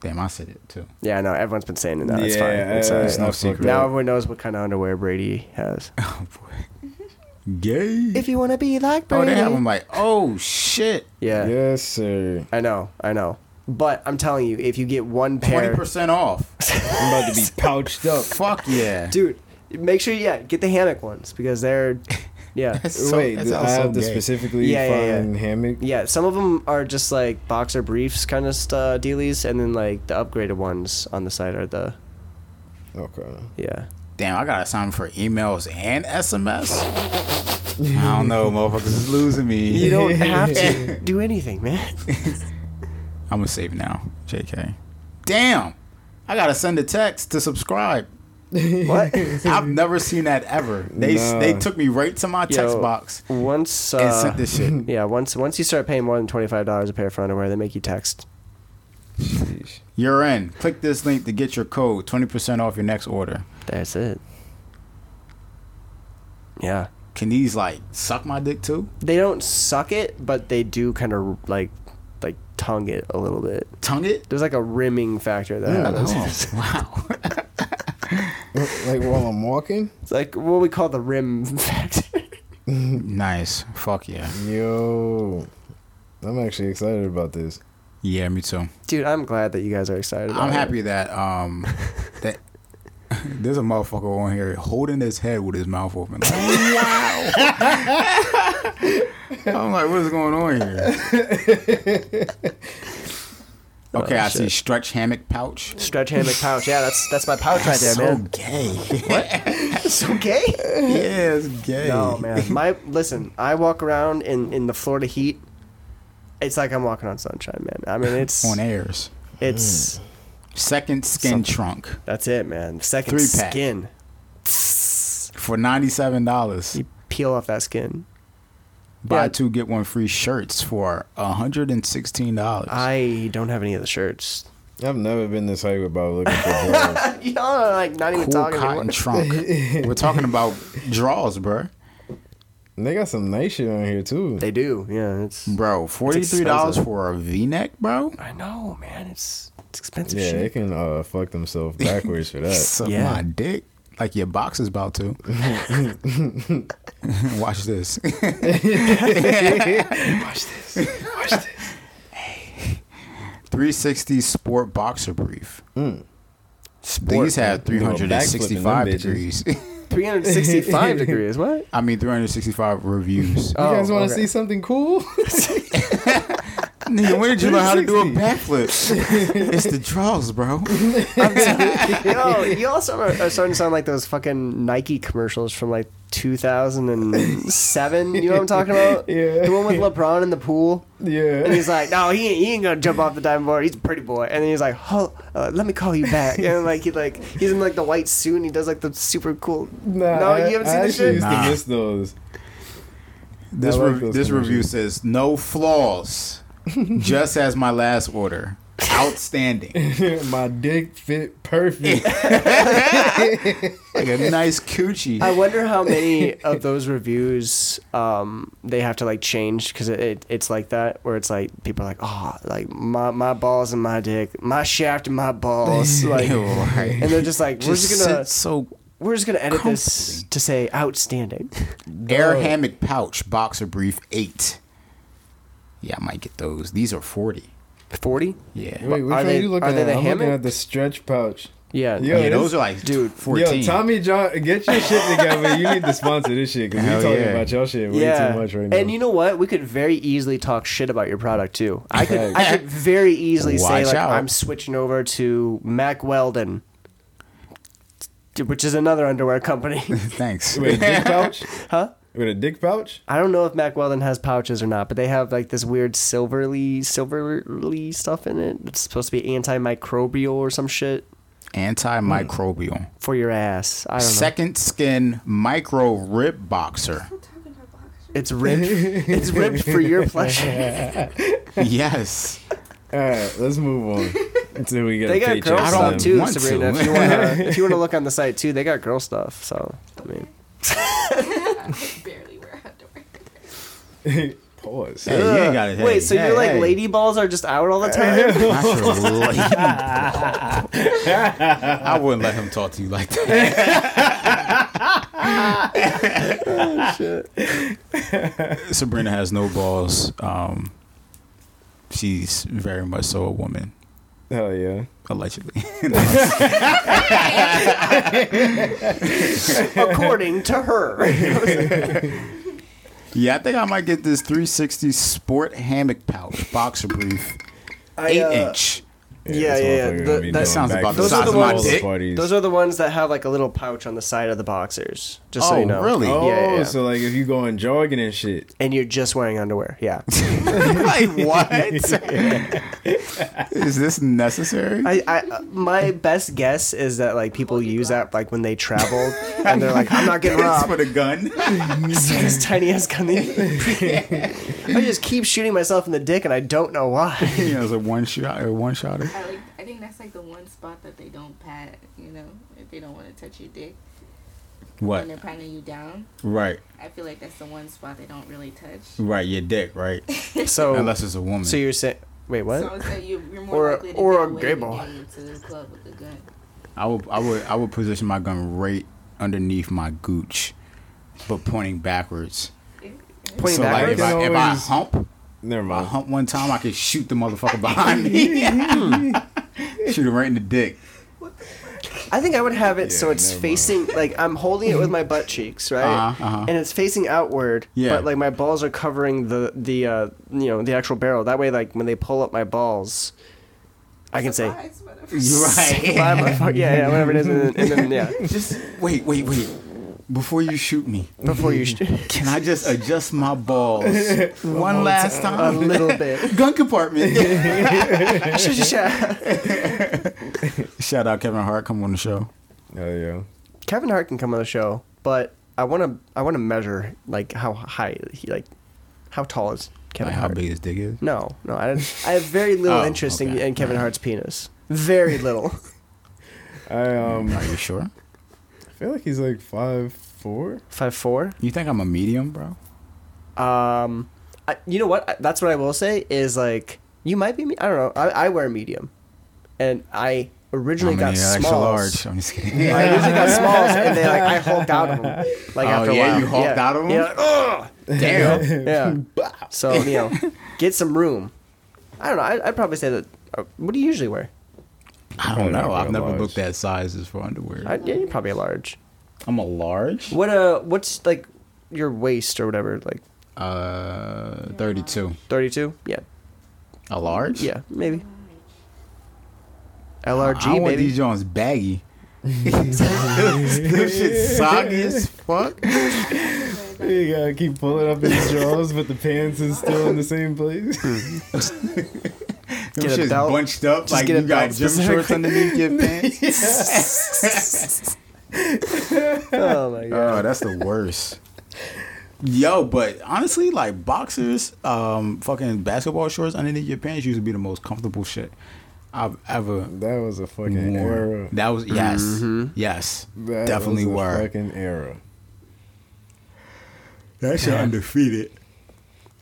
Damn, I said it too. yeah. I know everyone's been saying it now. it's Yeah, fine. It's, all uh, right. it's no Now secret. Now everyone knows what kind of underwear Brady has. Oh boy. Gay. if you want to be like oh, Brady. they have them like, oh shit. yeah. Yes, sir. I know, I know. But I'm telling you, if you get one Twenty pair, percent off. I'm about to be pouched up. Fuck yeah. dude, make sure yeah, get the hammock ones because they're, yeah, That's so, Wait, that do I sounds so have to gay. specifically Yeah, yeah, yeah. find hammock. yeah. Some of them are just like boxer briefs kind of st- uh, dealies, and then like the upgraded ones on the side are the Okay. yeah. Damn, I gotta sign for emails and SMS. I don't know, motherfuckers is losing me. You don't have to do anything, man. I'm gonna save now, JK. Damn, I gotta send a text to subscribe. What? I've never seen that ever. They Nah. they took me right to my text Yo, box Once, and uh, sent this shit. yeah. Once, once you start paying more than twenty five dollars a pair for underwear, they make you text. Sheesh. You're in. Click this link to get your code, twenty percent off your next order. That's it. Yeah. Can these like suck my dick too? they don't suck it, but they do kind of like like tongue it a little bit. Tongue it? There's like a rimming factor that happens. Oh, wow. Like while I'm walking. It's like what we call the rim factor. nice. Fuck yeah. Yo, I'm actually excited about this. Yeah, me too. Dude, I'm glad that you guys are excited. About I'm it. happy that um that there's a motherfucker on here holding his head with his mouth open. Like, wow. I'm like, what is going on here? Okay, Oh, I see shit. stretch hammock pouch. Stretch hammock pouch. Yeah, that's that's my pouch right there, so man. gay. What? That's okay. yeah, it's gay. No, man. My listen, I walk around in in the Florida heat. It's like I'm walking on sunshine, man. I mean, it's On airs. it's Second skin Something. trunk that's it, man. Second Three pack. skin. for ninety seven dollars. You peel off that skin. Buy Yeah. two get one free shirts for hundred and sixteen dollars. Ah, I don't have any of the shirts. I've never been this hype about looking for bras. Y'all are like not even cool talking cotton anymore. trunk. We're talking about draws, bro. And they got some nice shit on here too. They do, yeah. It's Bro, forty three dollars for a V neck, bro. I know, man. It's it's expensive Yeah, they shit. can uh, fuck themselves backwards for that. Suck Yeah. my dick. Like your box is about to. Watch this. Watch this. Watch this. 360 Sport Boxer Brief. These have Mm. You know, backflipping them 365 bitches. degrees. Three hundred sixty-five degrees. What? I mean, 365 reviews. Oh, you guys want to okay. see something cool? Nigga, where did you learn how to do a 360? backflip? it's the draws, bro. Yo, you also are, are starting to sound like those fucking Nike commercials from like two thousand and seven. You know what I'm talking about? Yeah. The one with LeBron in the pool. And yeah. he's like, no, he ain't, he ain't gonna jump off the diving board. He's a pretty boy. And then he's like, oh, uh, let me call you back. And like he like he's in like the white suit and he does like the super cool. Nah, no, I- you haven't I seen this actually shit. used Nah. to miss those. This, I like rev- those this commercials. review says no flaws, just as my last order. Outstanding. My dick fit perfect. Like a nice coochie. I wonder how many of those reviews um, they have to like change because it, it, it's like that where it's like people are like oh like my, my balls and my dick my shaft and my balls like Ew, and right. they're just like we're just, Just gonna sit so we're just gonna edit this comfortably. to say outstanding air hammock pouch boxer brief eight. Yeah, I might get those. These are forty. Forty? Yeah. Wait, which Are one they- you looking are at? they the I'm looking hammock? at the stretch pouch. Yeah. Yo, yeah, this- those are like Dude, dude fourteen. Yo, Tommy John, get your shit together. you need to sponsor this shit because Hell we're talking yeah. about your shit way yeah. too much right now. And you know what? We could very easily talk shit about your product too. I could I could very easily say Watch like out. I'm switching over to Mac Weldon. Which is another underwear company. Thanks. With a dick pouch? Huh? With a dick pouch? I don't know if Mac Weldon has pouches or not, but they have like this weird silverly, silverly stuff in it. It's supposed to be antimicrobial or some shit Antimicrobial. for your ass. I don't know. Second skin micro rib boxer. Talking about boxers. It's ripped. it's ripped for your pleasure. yes. All right, let's move on. Until we get They a got paycheck girl I from stuff don't them. too, um, want to. Sabrina. If you wanna, if you wanna look on the site too, they got girl stuff. So I mean, I barely wear outdoor. Pause. Hey, you ain't got it. wait, so you're like lady balls are just out all the time? I wouldn't let him talk to you like that. Oh, Sabrina has no balls. Um, she's very much so a woman, Hell yeah. allegedly. According to her. yeah, I think I might get this 360 Sport Hammock Pouch Boxer Brief, I, eight uh, inch. Yeah, this yeah, yeah. motherfucker The- gonna be that going sounds back about to the size of all my the dick. parties. Those are the ones that have like a little pouch on the side of the boxers. Just so Oh, you know. really? Yeah, Oh, yeah, yeah. so like if you going jogging and shit, and you're just wearing underwear. Yeah. like what? Is this necessary? I, I uh, my best guess is that like people use that like when they travel and they're like, I'm not getting It's robbed. for the gun. It's like this tiny ass gun. that you- I just keep shooting myself in the dick and I don't know why. you know, it's a one shot or one shotter. I like. I think that's like the one spot that they don't pat. You know, if they don't want to touch your dick What? when they're patting you down. Right, I feel like that's the one spot they don't really touch. right. Your dick, right? So Unless it's a woman. so you're saying wait So what? it's like you, you're more Or a- likely to or get a away gay with ball. getting into the club with a gun. I would, I would, I would position my gun right underneath my gooch, but pointing backwards. Pointing so like, backwards. if, I, if I Always- hump, never I mind. hump one time, I could shoot the motherfucker behind me. shoot him right in the dick. I think I would have it so Yeah, it's never mind. facing like I'm holding it with my butt cheeks, right? Uh-huh, uh-huh. And it's facing outward, Yeah. but like my balls are covering the the uh, you know the actual barrel. That way, like when they pull up my balls, I can say. Surprise, whatever. You're "Bye, motherfucker." yeah, yeah, whatever it is, and then, and then yeah, just wait, wait, wait. Before you shoot me, before you sh- can I just adjust my balls one last a time? little bit. Gun compartment. Kevin Shout out Kevin Hart. Come on the show. Hell yeah. Hart can come on the show, but I want to I want to measure like how high he like how tall is Kevin Like how Hart? big his dick is. No, no, I, I have very little Oh, interest in, okay. in Kevin Hart's penis. Very little. I um Are you sure? I feel like he's like five four. Five four. You think I'm a medium, bro? Um, I, you know what? I- That's what I will say is like you might be. Me- I don't know. I, I wear medium, and I originally I'm got an extra smalls. large. I'm just kidding. I originally got smalls, and then like I hulked out of them. Like Oh, after a yeah, while, you hulked out of 'em? Yeah, ugh! Damn. yeah. So you know, get some room. I don't know. I, I'd probably say that. Uh, what do you usually wear? I don't know. I've You're never large. looked at sizes for underwear. I, yeah, you're probably a large. I'm a large. What uh, what's like your waist or whatever? Like Uh, 32. thirty-two? Yeah, A large? yeah, maybe. I LRG, don't want baby. these joints baggy. this shit soggy as fuck. You gotta keep pulling up his drawers, but the pants is still in the same place. Them a shit's belt. bunched up Just like get a you got belt gym shorts specifically. underneath your pants. oh my god. Oh, that's the worst. Yo, but honestly, like boxers, um, fucking basketball shorts underneath your pants used to be the most comfortable shit I've ever That was a fucking worn. era. That was yes, yes, That definitely was a were. fucking era. That shit undefeated.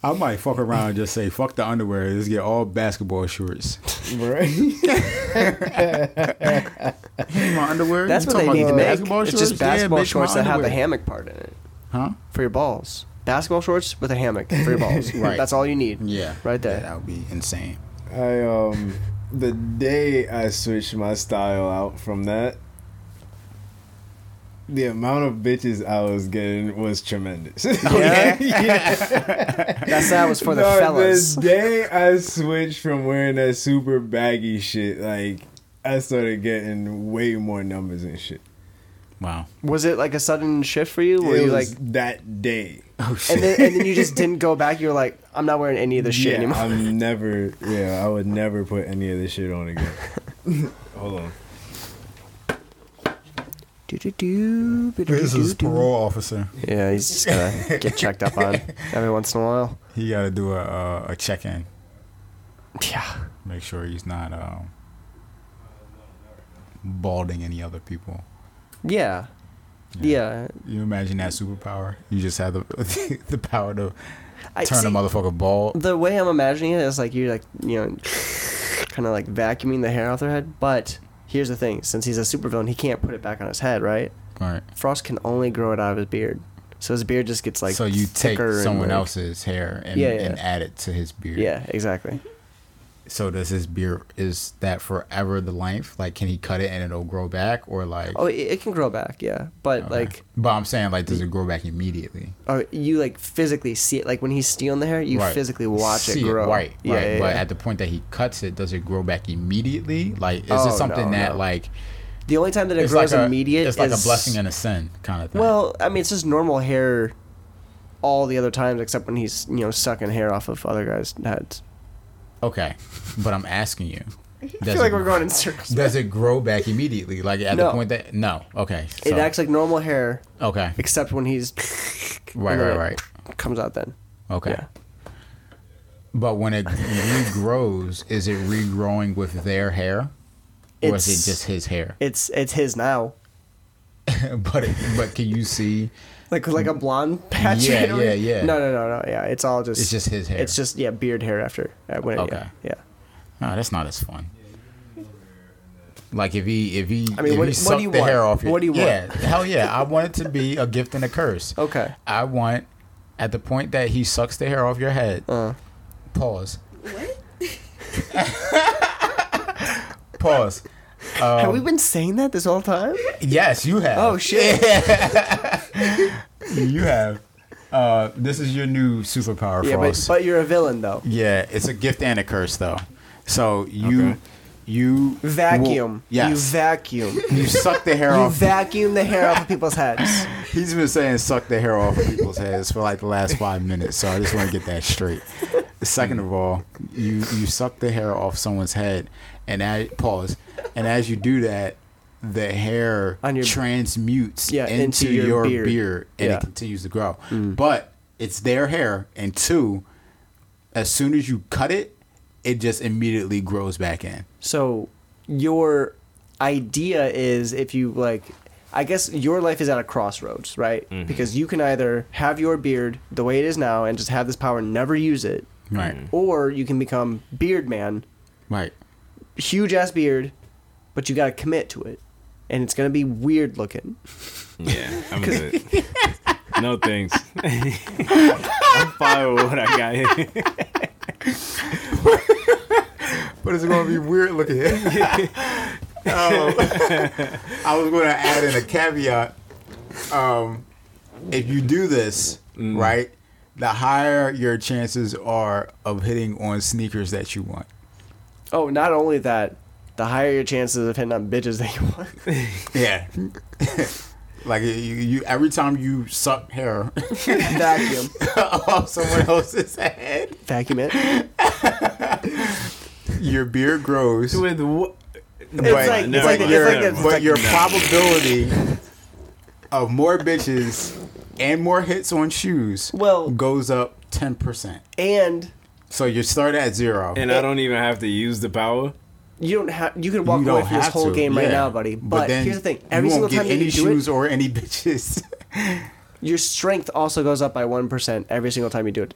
I might fuck around and just say fuck the underwear. Let's get all basketball shorts. Right? my underwear. That's You what they talking need to about these make. Basketball it's shorts. just basketball yeah, bitch, my shorts that have a underwear. hammock part in it Huh? for your balls. Basketball shorts with a hammock for your balls. Right. That's all you need. Yeah. Right there. Yeah, that would be insane. I um the day I switched my style out from that, the amount of bitches I was getting was tremendous. Yeah? Yeah. That's that was for the No, fellas. The day I switched from wearing that super baggy shit, like I started getting way more numbers and shit. Wow. Was it like a sudden shift for you? Were it you like, was that day. Oh and then, and then you just didn't go back? You were like, I'm not wearing any of this shit yeah, anymore. I'm never. Yeah, I would never put any of this shit on again. Hold on. Doo-doo-doo, This is doo-doo-doo. parole officer. Yeah, he's just gotta get checked up on every once in a while. He got to do a uh, a check in. Yeah. Make sure he's not um, balding any other people. Yeah. Yeah. You imagine that superpower? You just have the the power to I, turn see, a motherfucker bald. the way I'm imagining it is like you're like, you know, kind of like vacuuming the hair off their head. But here's the thing since he's a supervillain, he can't put it back on his head, right? All right. Frost can only grow it out of his beard. So his beard just gets like. so you take thicker and, someone like- else's hair and, Yeah, yeah. and add it to his beard. Yeah, exactly. So does his beard is that forever the length? Like can he cut it and it'll grow back or like Oh, it, it can grow back, yeah. But okay. like, But I'm saying like does it grow back immediately? oh, you like physically see it. Like when he's stealing the hair, you Right. physically watch See it grow. right, right. Yeah, yeah, but yeah. at the point that he cuts it, does it grow back immediately? Like is Oh, it something no, that no. like the only time that it it's grows like a, immediate It's like is a blessing and a sin kind of thing. Well, I mean, it's just normal hair all the other times except when he's, you know, sucking hair off of other guys' heads. Okay. But I'm asking you. Does I feel like it, we're going in circles. does it grow back immediately? Like at No. the point that no. Okay. It so- acts like normal hair Okay. except when he's Right, and then right, it right. comes out then. Okay. Yeah. But when it regrows, is it regrowing with their hair, or It's- is it just his hair? It's it's his now. but it, but can you see? Like like a blonde patch. Yeah, right over- yeah, yeah. No, no, no, no. Yeah, it's all just It's just his hair. It's just yeah, beard hair after uh, when it, Okay. yeah. Yeah. No, that's not as fun. Like if he if he I mean, if what- he what sucked do you the hair want? off your What do you want? yeah hell yeah I want it to be a gift and a curse. Okay. I want at the point that he sucks the hair off your head. Uh. Pause. What? Pause. Um, Have we been saying that this whole time? Yes, you have. Oh shit. you have. Uh, this is your new superpower, yeah, but, Frost. but you're a villain though. Yeah, it's a gift and a curse though. So you you Vacuum. will- yes. You vacuum. you suck the hair You off. vacuum the hair off of people's heads. He's been saying suck the hair off of people's heads for like the last five minutes, so I just want to get that straight. Second of all, you you suck the hair off someone's head, and as, pause, and as you do that, the hair On your- transmutes Yeah, into, into your your, beard. beard. and Yeah. Mm. it continues to grow. But it's their hair, and two, as soon as you cut it, it just immediately grows back in. So your idea is if you like I guess your life is at a crossroads, right? Mm-hmm. Because you can either have your beard the way it is now and just have this power and never use it, Right. or you can become beard man, Right. huge ass beard, but you got to commit to it. And it's going to be weird looking. Yeah, I'm good. no thanks. I'm fine with what I got here. But it's gonna be weird looking. um, I was gonna add in a caveat. Um, if you do this, right, the higher your chances are of hitting on sneakers that you want. Oh, not only that, the higher your chances of hitting on bitches that you want. Yeah. like you, you, every time you suck hair Vacuum. off someone else's head, Vacuum it. your beard grows. With what? but, like- it's but like- it's your, like a- but your probability of more bitches and more hits on shoes Well- goes up ten percent. And So you start at zero. And I don't even have to use the power. you don't have you can walk you away don't from this have whole to, game right yeah. now, buddy. But, then here's the thing: you every single won't time get that any you do shoes it, or any bitches. your strength also goes up by one percent every single time you do it.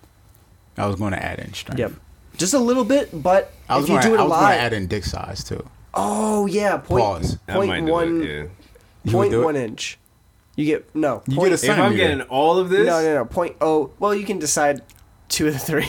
I was going to add in strength. Yep, just a little bit, but I was if you going do to it a lot, add in dick size too. oh yeah, point, Pause. I point might do one, it, yeah. You would point do it? one inch. You get no You point, get a If I'm centimeter. getting all of this, no no no point oh well you can decide two of the three.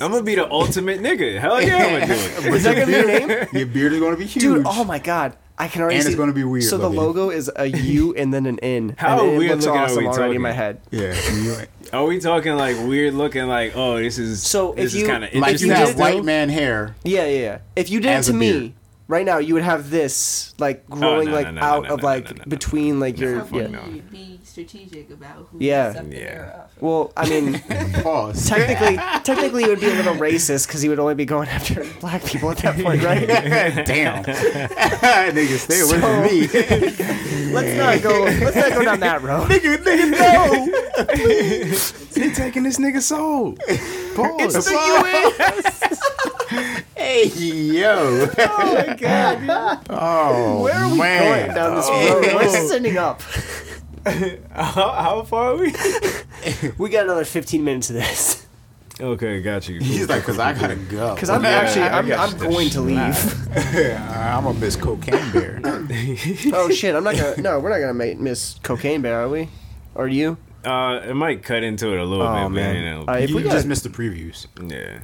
I'm gonna be the ultimate nigga. Hell yeah, I'm gonna do it. Is that gonna be your name? Your beard is gonna be huge. Dude, oh my god. I can already And see it's gonna be weird So the looking. logo is a U and then an N. How and it weird looks looking are awesome we already in talking? my head. Yeah. you- Are we talking like weird looking? Like, oh, this is So if this you- is kind of Like Like you you interesting. did have though- white man hair. Yeah, yeah, yeah. If you did it As to a me beard. right now, you would have this like growing Oh, no, like no, no, out no, no, of no, like no, no, no. between like your fuck yeah. no. Be- Be strategic about who Yeah. you suck the Yeah. air off of. Well, I mean, Pause. technically, technically, it would be a little racist because he would only be going after black people at that point, right? Damn. Nigga, stay away from me. let's not go. Let's not go down that road. nigga, nigga, no. they taking this nigga soul. It's the U.S. hey, yo. Oh my god, Oh, where are we man. going down this road? We're sending up. How, how far are we? We got another 15 minutes of this Okay, got you. He's like, because I got to go. because I'm Yeah, actually I I'm, got I'm you. going to leave. I'm a miss cocaine bear. oh shit, I'm not gonna. No, we're not gonna make, miss Cocaine Bear, are we? Or you? uh, it might cut into it a little Oh, bit, man. man. You know, All right. If you we got- just missed the previews. yeah.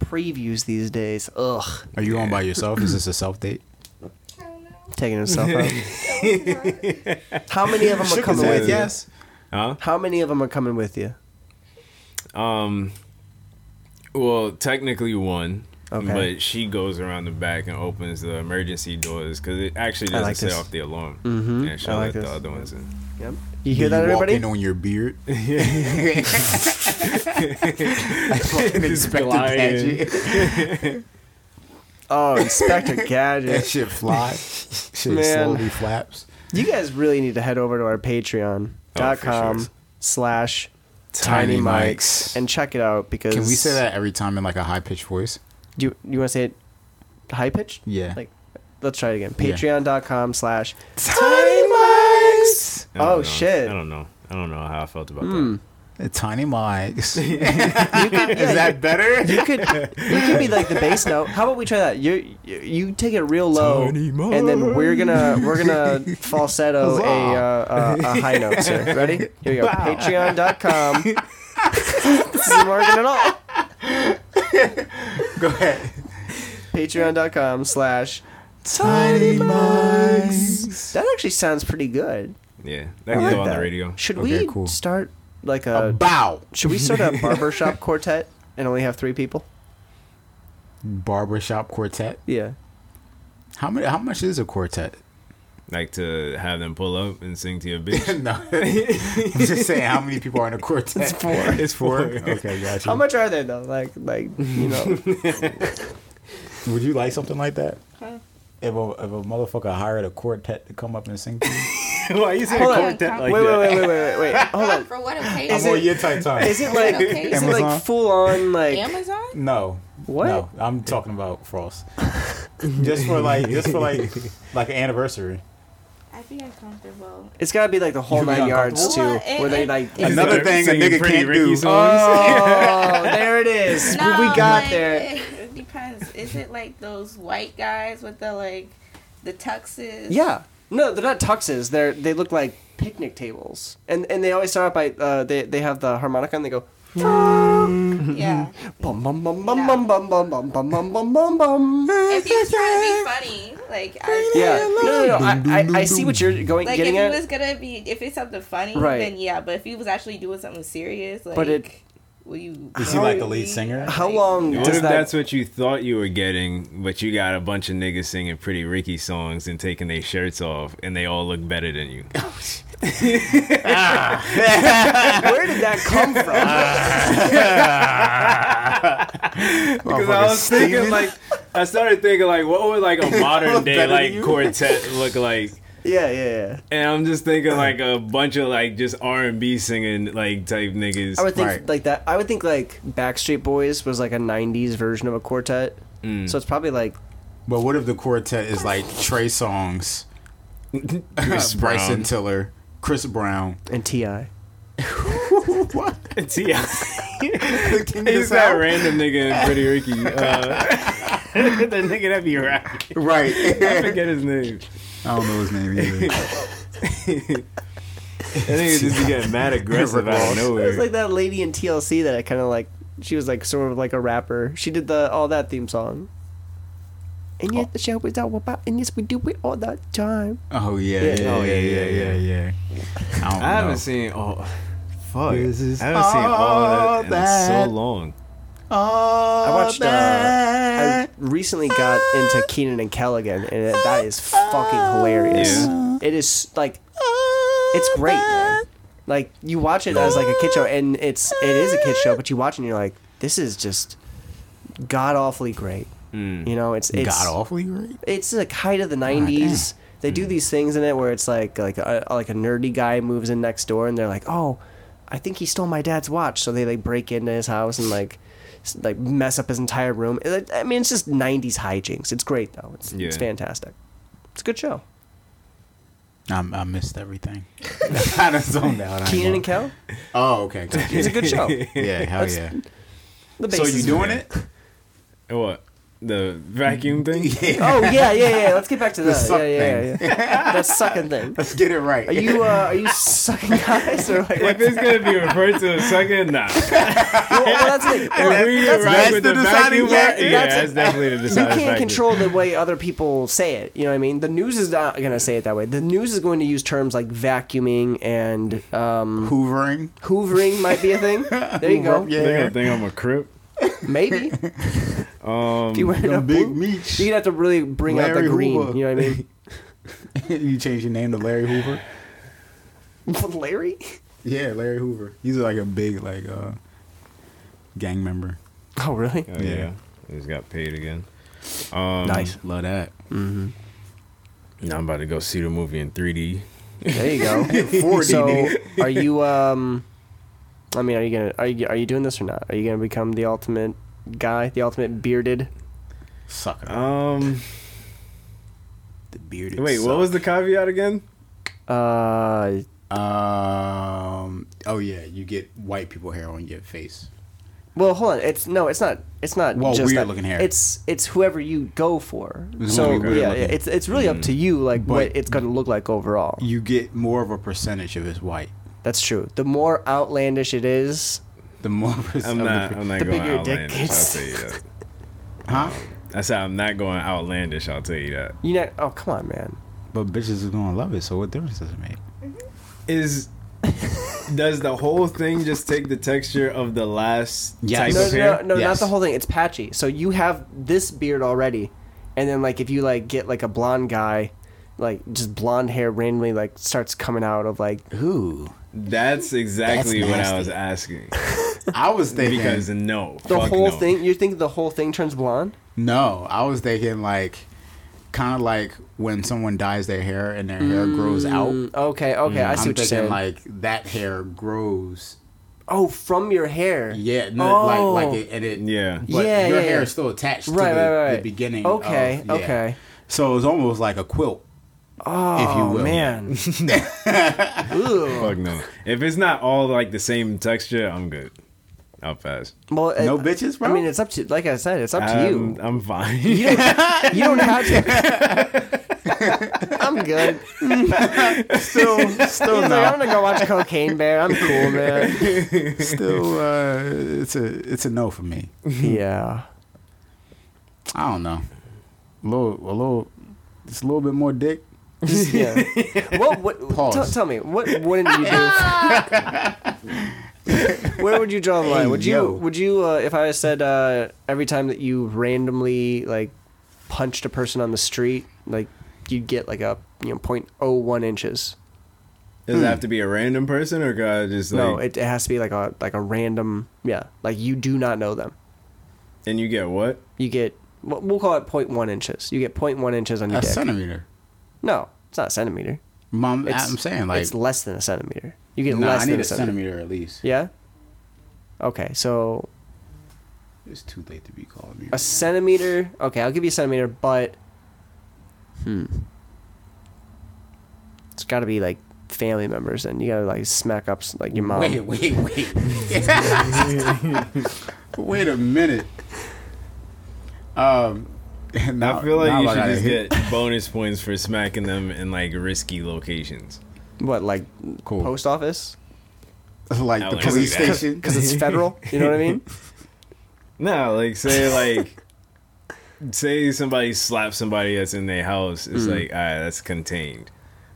Previews these days. Ugh, Are you on by yourself? Is this a self date? I don't know. taking himself out. That was hard. How many of them are coming with you? yes. Huh? How many of them are coming with you? Um. Well, technically one. Okay. But she goes around the back and opens the emergency doors because it actually I doesn't like set this. off the alarm. Mhm. And she'll I like let the this. other ones in. Yep. You hear that, you walk everybody? in on your beard. Fucking Inspector Goliath. Gadget. Oh, Inspector That Gadget. shit fly. Shit Man. slowly flaps. You guys really need to head over to our Oh, Patreon.com for sure. com slash Tiny Tiny Mics. Mics and check it out because Can we say that every time in like a high pitched voice? Do you, you want to say it high pitched? Yeah. Like, let's try it again. Yeah. Patreon.com slash. Tiny Mics. I don't Oh, know. shit. Hmm. I don't know. I don't know how I felt about that. Tiny Mics. Yeah, Is that better? you could you could be like the bass note. How about we try that? You you, you take it real low, Tony Mark. and then we're gonna we're gonna falsetto a, uh, a a high note. Sir. Ready? Here we go. Patreon.com. this isn't working at all. Go ahead. Patreon.com slash. Tiny Mics. That actually sounds pretty good. Yeah, that I can like go on that. the radio. Should Okay, we cool. start like A a? bow. Should we start a barbershop quartet and only have three people? Barbershop quartet. Yeah. How many? How much is a quartet? Like to have them pull up and sing to your bitch. no, I'm just saying how many people are in a quartet. It's four. It's four. Okay, gotcha. How much are they though? Like like you know. Would you like something like that? Huh? If a, if a motherfucker hired a quartet to come up and sing to you? Why you saying Hold on. quartet like wait, wait that? wait wait wait wait. Hold on. For what occasion? Is I'm on it- your tight time. Is it like Okay. is it like Amazon? full on like Amazon? No. What? No, I'm talking about Frost. just for like, just for like, like an anniversary. I feel uncomfortable. it's gotta be like the whole You nine got yards too, comfortable? Well, it- where they it- like. it's- Another Start thing a singing nigga Pretty can't Ricky do. songs. Oh, there it is. we got like, there. It, it depends. Is it like those white guys with the like the tuxes? Yeah. No, they're not tuxes. They're they look like picnic tables, and and they always start out by uh, they they have the harmonica and they go. Yeah. Bum bum bum bum bum bum bum bum bum bum bum bum bum. if you was trying to be funny, like I, Mm-hmm. Yeah. No, no, no. I, I, I see what you're going Like if getting he at. was gonna be, if it's something funny, Right. then yeah. But if he was actually doing something serious, like, But it- will you? Is he like the lead singer? How long What does if that? that's what you thought you were getting, but you got a bunch of niggas singing Pretty Ricky songs and taking their shirts off, and they all look better than you? Where did that come from? Because I was thinking, like, I started thinking, like, what would like a modern day Better than like you? quartet look like? yeah, yeah, yeah. And I'm just thinking like a bunch of like just R and B singing like type niggas. I would think Right. like that. I would think like Backstreet Boys was like a '90s version of a quartet. So it's probably like But what if the quartet is like Trey Songs, Chris Bryson Brown. Tiller, Chris Brown? and Ti. what? T.I. this He's that out? random nigga in Pretty Ricky. Uh, the nigga that be rapping. Right. I I forget his name. don't know his name either. That nigga just be getting mad aggressive Rick out Ross. of nowhere. It's like that lady in TLC that I kind of like She was like sort of like a rapper. She did the all that theme song. And yet the show is all about, and yes, we do it all the time. Oh yeah, Yeah. yeah, Oh, yeah, yeah, yeah, yeah, yeah, yeah. I don't I haven't know. seen all. Fuck, This is I haven't seen all all that, in that- so long. I watched. Uh, I recently got into Keenan and Kel again, and it, that is fucking hilarious. Yeah. It is like, it's great, man. Like you watch it as like a kid show, and it's it is a kid show, but you watch it and you're like, this is just god awfully great. You know, it's it's God awfully great. it's like height of the '90s. they do these things in it where it's like like a, like a nerdy guy moves in next door, and they're like, "Oh, I think he stole my dad's watch." So they like break into his house and like s- like mess up his entire room. It- I mean, it's just '90s hijinks. It's great though. It's it's Yeah. fantastic. It's a good show. I'm, I missed everything. I done zoned out. I ain't Keenan and gonna- Kel. Oh, okay. gotcha. It's a good show. Yeah, hell yeah. The so bass you is- doing it? What the vacuum thing? Oh yeah, yeah, yeah. Let's get back to that. suck yeah, yeah, yeah, yeah. that sucking thing. Let's get it right. Are you uh, are you sucking guys or like? If What? it's gonna be referred to a second, nah. Well, that's the thing. If we get right that's with the the deciding vacuum, factor. yeah, That's- that's definitely the you deciding can't factor. control the way other people say it. You know what I mean? The news is not going to say it that way. The news is going to use terms like vacuuming and um, Hoovering. hoovering might be a thing. There you go. They're Yeah. gonna think I'm a crip. Maybe. Um, If you wear enough Big blue- meat. You'd have to really bring out the Larry green. Hoover. You know what I mean? you changed your name to Larry Hoover. Larry? Yeah, Larry Hoover. He's like a big like uh gang member. Oh, really? oh, yeah. he's got paid again. Um, Nice. Love that. Now I'm about to go see the movie in 3D. There you go. 4D, so, nigga. are you? Um, I mean, are you gonna? Are you? Are you doing this or not? Are you gonna become the ultimate guy, the ultimate bearded? Sucker. Um, the bearded. wait, what was the caveat again? Uh, Um. Oh yeah, you get white people hair on your face. Well, hold on. It's no, it's not. It's not Well, just weird that. looking hair. It's it's whoever you go for. It's so gonna be weird yeah, looking. Mm. it's it's really up to you, like what But- it's going to look like overall. You get more of a percentage of it's white. That's true. The more outlandish it is, The more percentage. I'm not. I'm not the going bigger your dick outlandish. I'll gets. tell you that. huh? I said I'm not going outlandish. I'll tell you that. you know. Oh come on, man. But bitches is gonna love it. So what difference does it make? Is does the whole thing just take the texture of the last Yes. type Is No, of no, hair? no, no, not Yes. the whole thing. It's patchy. So you have this beard already, and then like if you like get like a blonde guy, like just blonde hair randomly like starts coming out of like Ooh. That's exactly That's what I nasty. was asking. I was thinking Because no, the fuck whole no. thing. You think the whole thing turns blonde? No, I was thinking like kind of like when someone dyes their hair and their hair grows out. Okay, okay, Mm, I see Mm, I'm what you're thinking, saying. like that hair grows. oh, from your hair. Yeah, no, Oh. like like it, and it. Yeah. But Yeah, your yeah, hair yeah. is still attached Right, to the, right, right. the beginning. of- Okay, yeah. okay. So it's almost like a quilt. Oh if you will. man. Ooh. Fuck no. If it's not all like the same texture, I'm good. I'll pass. Well, it- No bitches, bro. I mean, it's up to like I said, it's up to I'm, you. I'm fine. Um, You don't have to. I'm good. still, still He's like, not. I'm gonna go watch Cocaine Bear. I'm cool, man. still, uh, it's a it's a no for me. yeah. I don't know. A little, a little, just a little bit more dick. Just, yeah. What? What? Pause. Tell, tell me, what wouldn't you do? Where would you draw the line? Would you? yo. Would you? Uh, if I said uh, every time that you randomly like punched a person on the street, like you'd get like a you know point oh one inches. Does it have to be a random person or could I just like Hmm. no, it, it has to be like a like a random. Yeah, like you do not know them. and you get what? You get we'll we'll call it point one inches. You get point one inches on your A dick. centimeter. no, it's not a centimeter. Mom, It's- I'm saying like, it's less than a centimeter. You get nah, less I need than a centimeter at least. Yeah. Okay, so It's too late to be calling me. a centimeter. Okay, I'll give you a centimeter, but hmm, it's got to be like family members, and you gotta like smack up like your mom. Wait, wait, wait. wait a minute. Um, now, I feel like now you I should gotta just hit- get bonus points for smacking them in like risky locations. What like Cool. post office? like I the wanna see police that. station. Because it's federal. You know what I mean? No, like say like say somebody slaps somebody that's in their house. Mm. It's like all right, that's contained.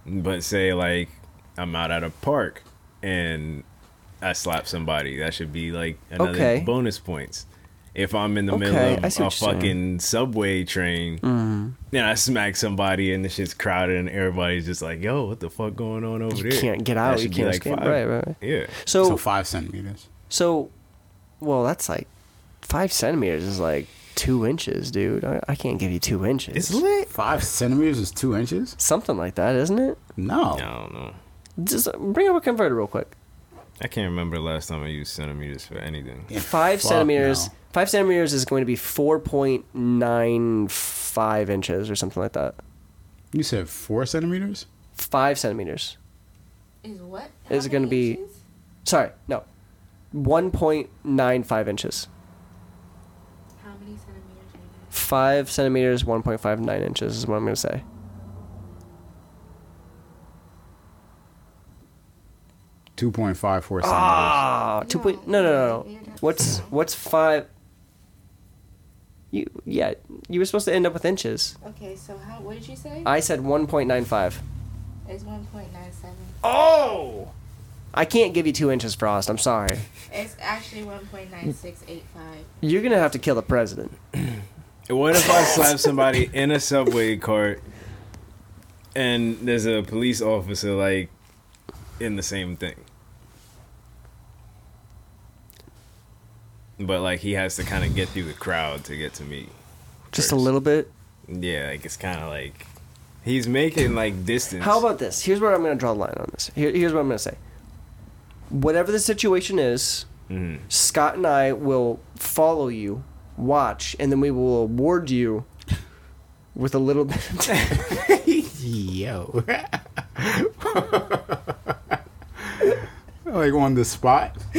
But say like I'm out at a park and I slap somebody. That should be like another Okay. bonus points. If I'm in the Okay, middle I of see a what you're saying. Mm. fucking subway train, and I smack somebody, and the shit's crowded, and everybody's just like, "Yo, what the fuck going on over You there?" can't get That out. You should be, can't escape. five. Right, right, right. Yeah. So, so five centimeters. so, well, that's like five centimeters is like two inches, dude. I, I can't give you two inches. It's lit. Five centimeters is two inches? Something like that, isn't it? No. I don't know. Just uh, bring up a converter real quick. I can't remember the last time I used centimeters for anything. Five Fuck centimeters. no. Five centimeters is going to be four point nine five inches or something like that. You said four centimeters? Five centimeters. Is what? Is How it gonna many be- Sorry, no. One point nine five inches. How many centimeters? are Five centimeters, one point five nine inches is what I'm gonna say. Two point five four centimeters. Ah, two point. No, no, no, No, no. you're not- What's what's five? You yeah. You were supposed to end up with inches. there? Okay, so how? What did you say? I said one point nine five. it's one point nine seven. Oh. I can't give you two inches, Frost. I'm sorry. It's actually one point nine six eight five. You're gonna have to kill the president. What if I slap somebody in a subway cart and there's a police officer like in the same thing? But like he has to kind of get through the crowd to get to me. Just a First. little bit. Yeah, like it's kind of like he's making like distance. How about this? Here's where I'm going to draw the line on this. Here, here's what I'm going to say. Whatever the situation is, Mhm. Scott and I will follow you, watch, and then we will award you with a little bit. Yo. like on the spot.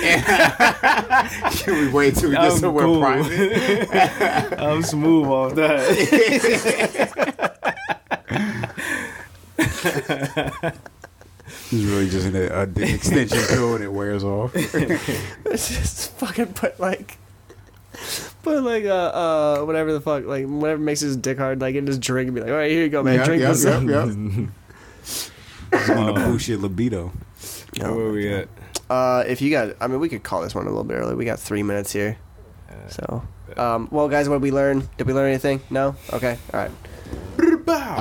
Can we wait till we get I'm somewhere cool. private? I'm smooth off that. It's really just an, a dick extension pill and it wears off. just fucking put like. Put like uh uh whatever the fuck like whatever makes his dick hard like and just drink and be like all right here you go man Yep, drink yep, this yep, up yep. It's gonna boost your libido. Uh, Where we at? Uh, if you got, I mean, we could call this one a little bit early. We got three minutes here. So, um, well, guys, what did we learn? Did we learn anything? No? Okay. All right.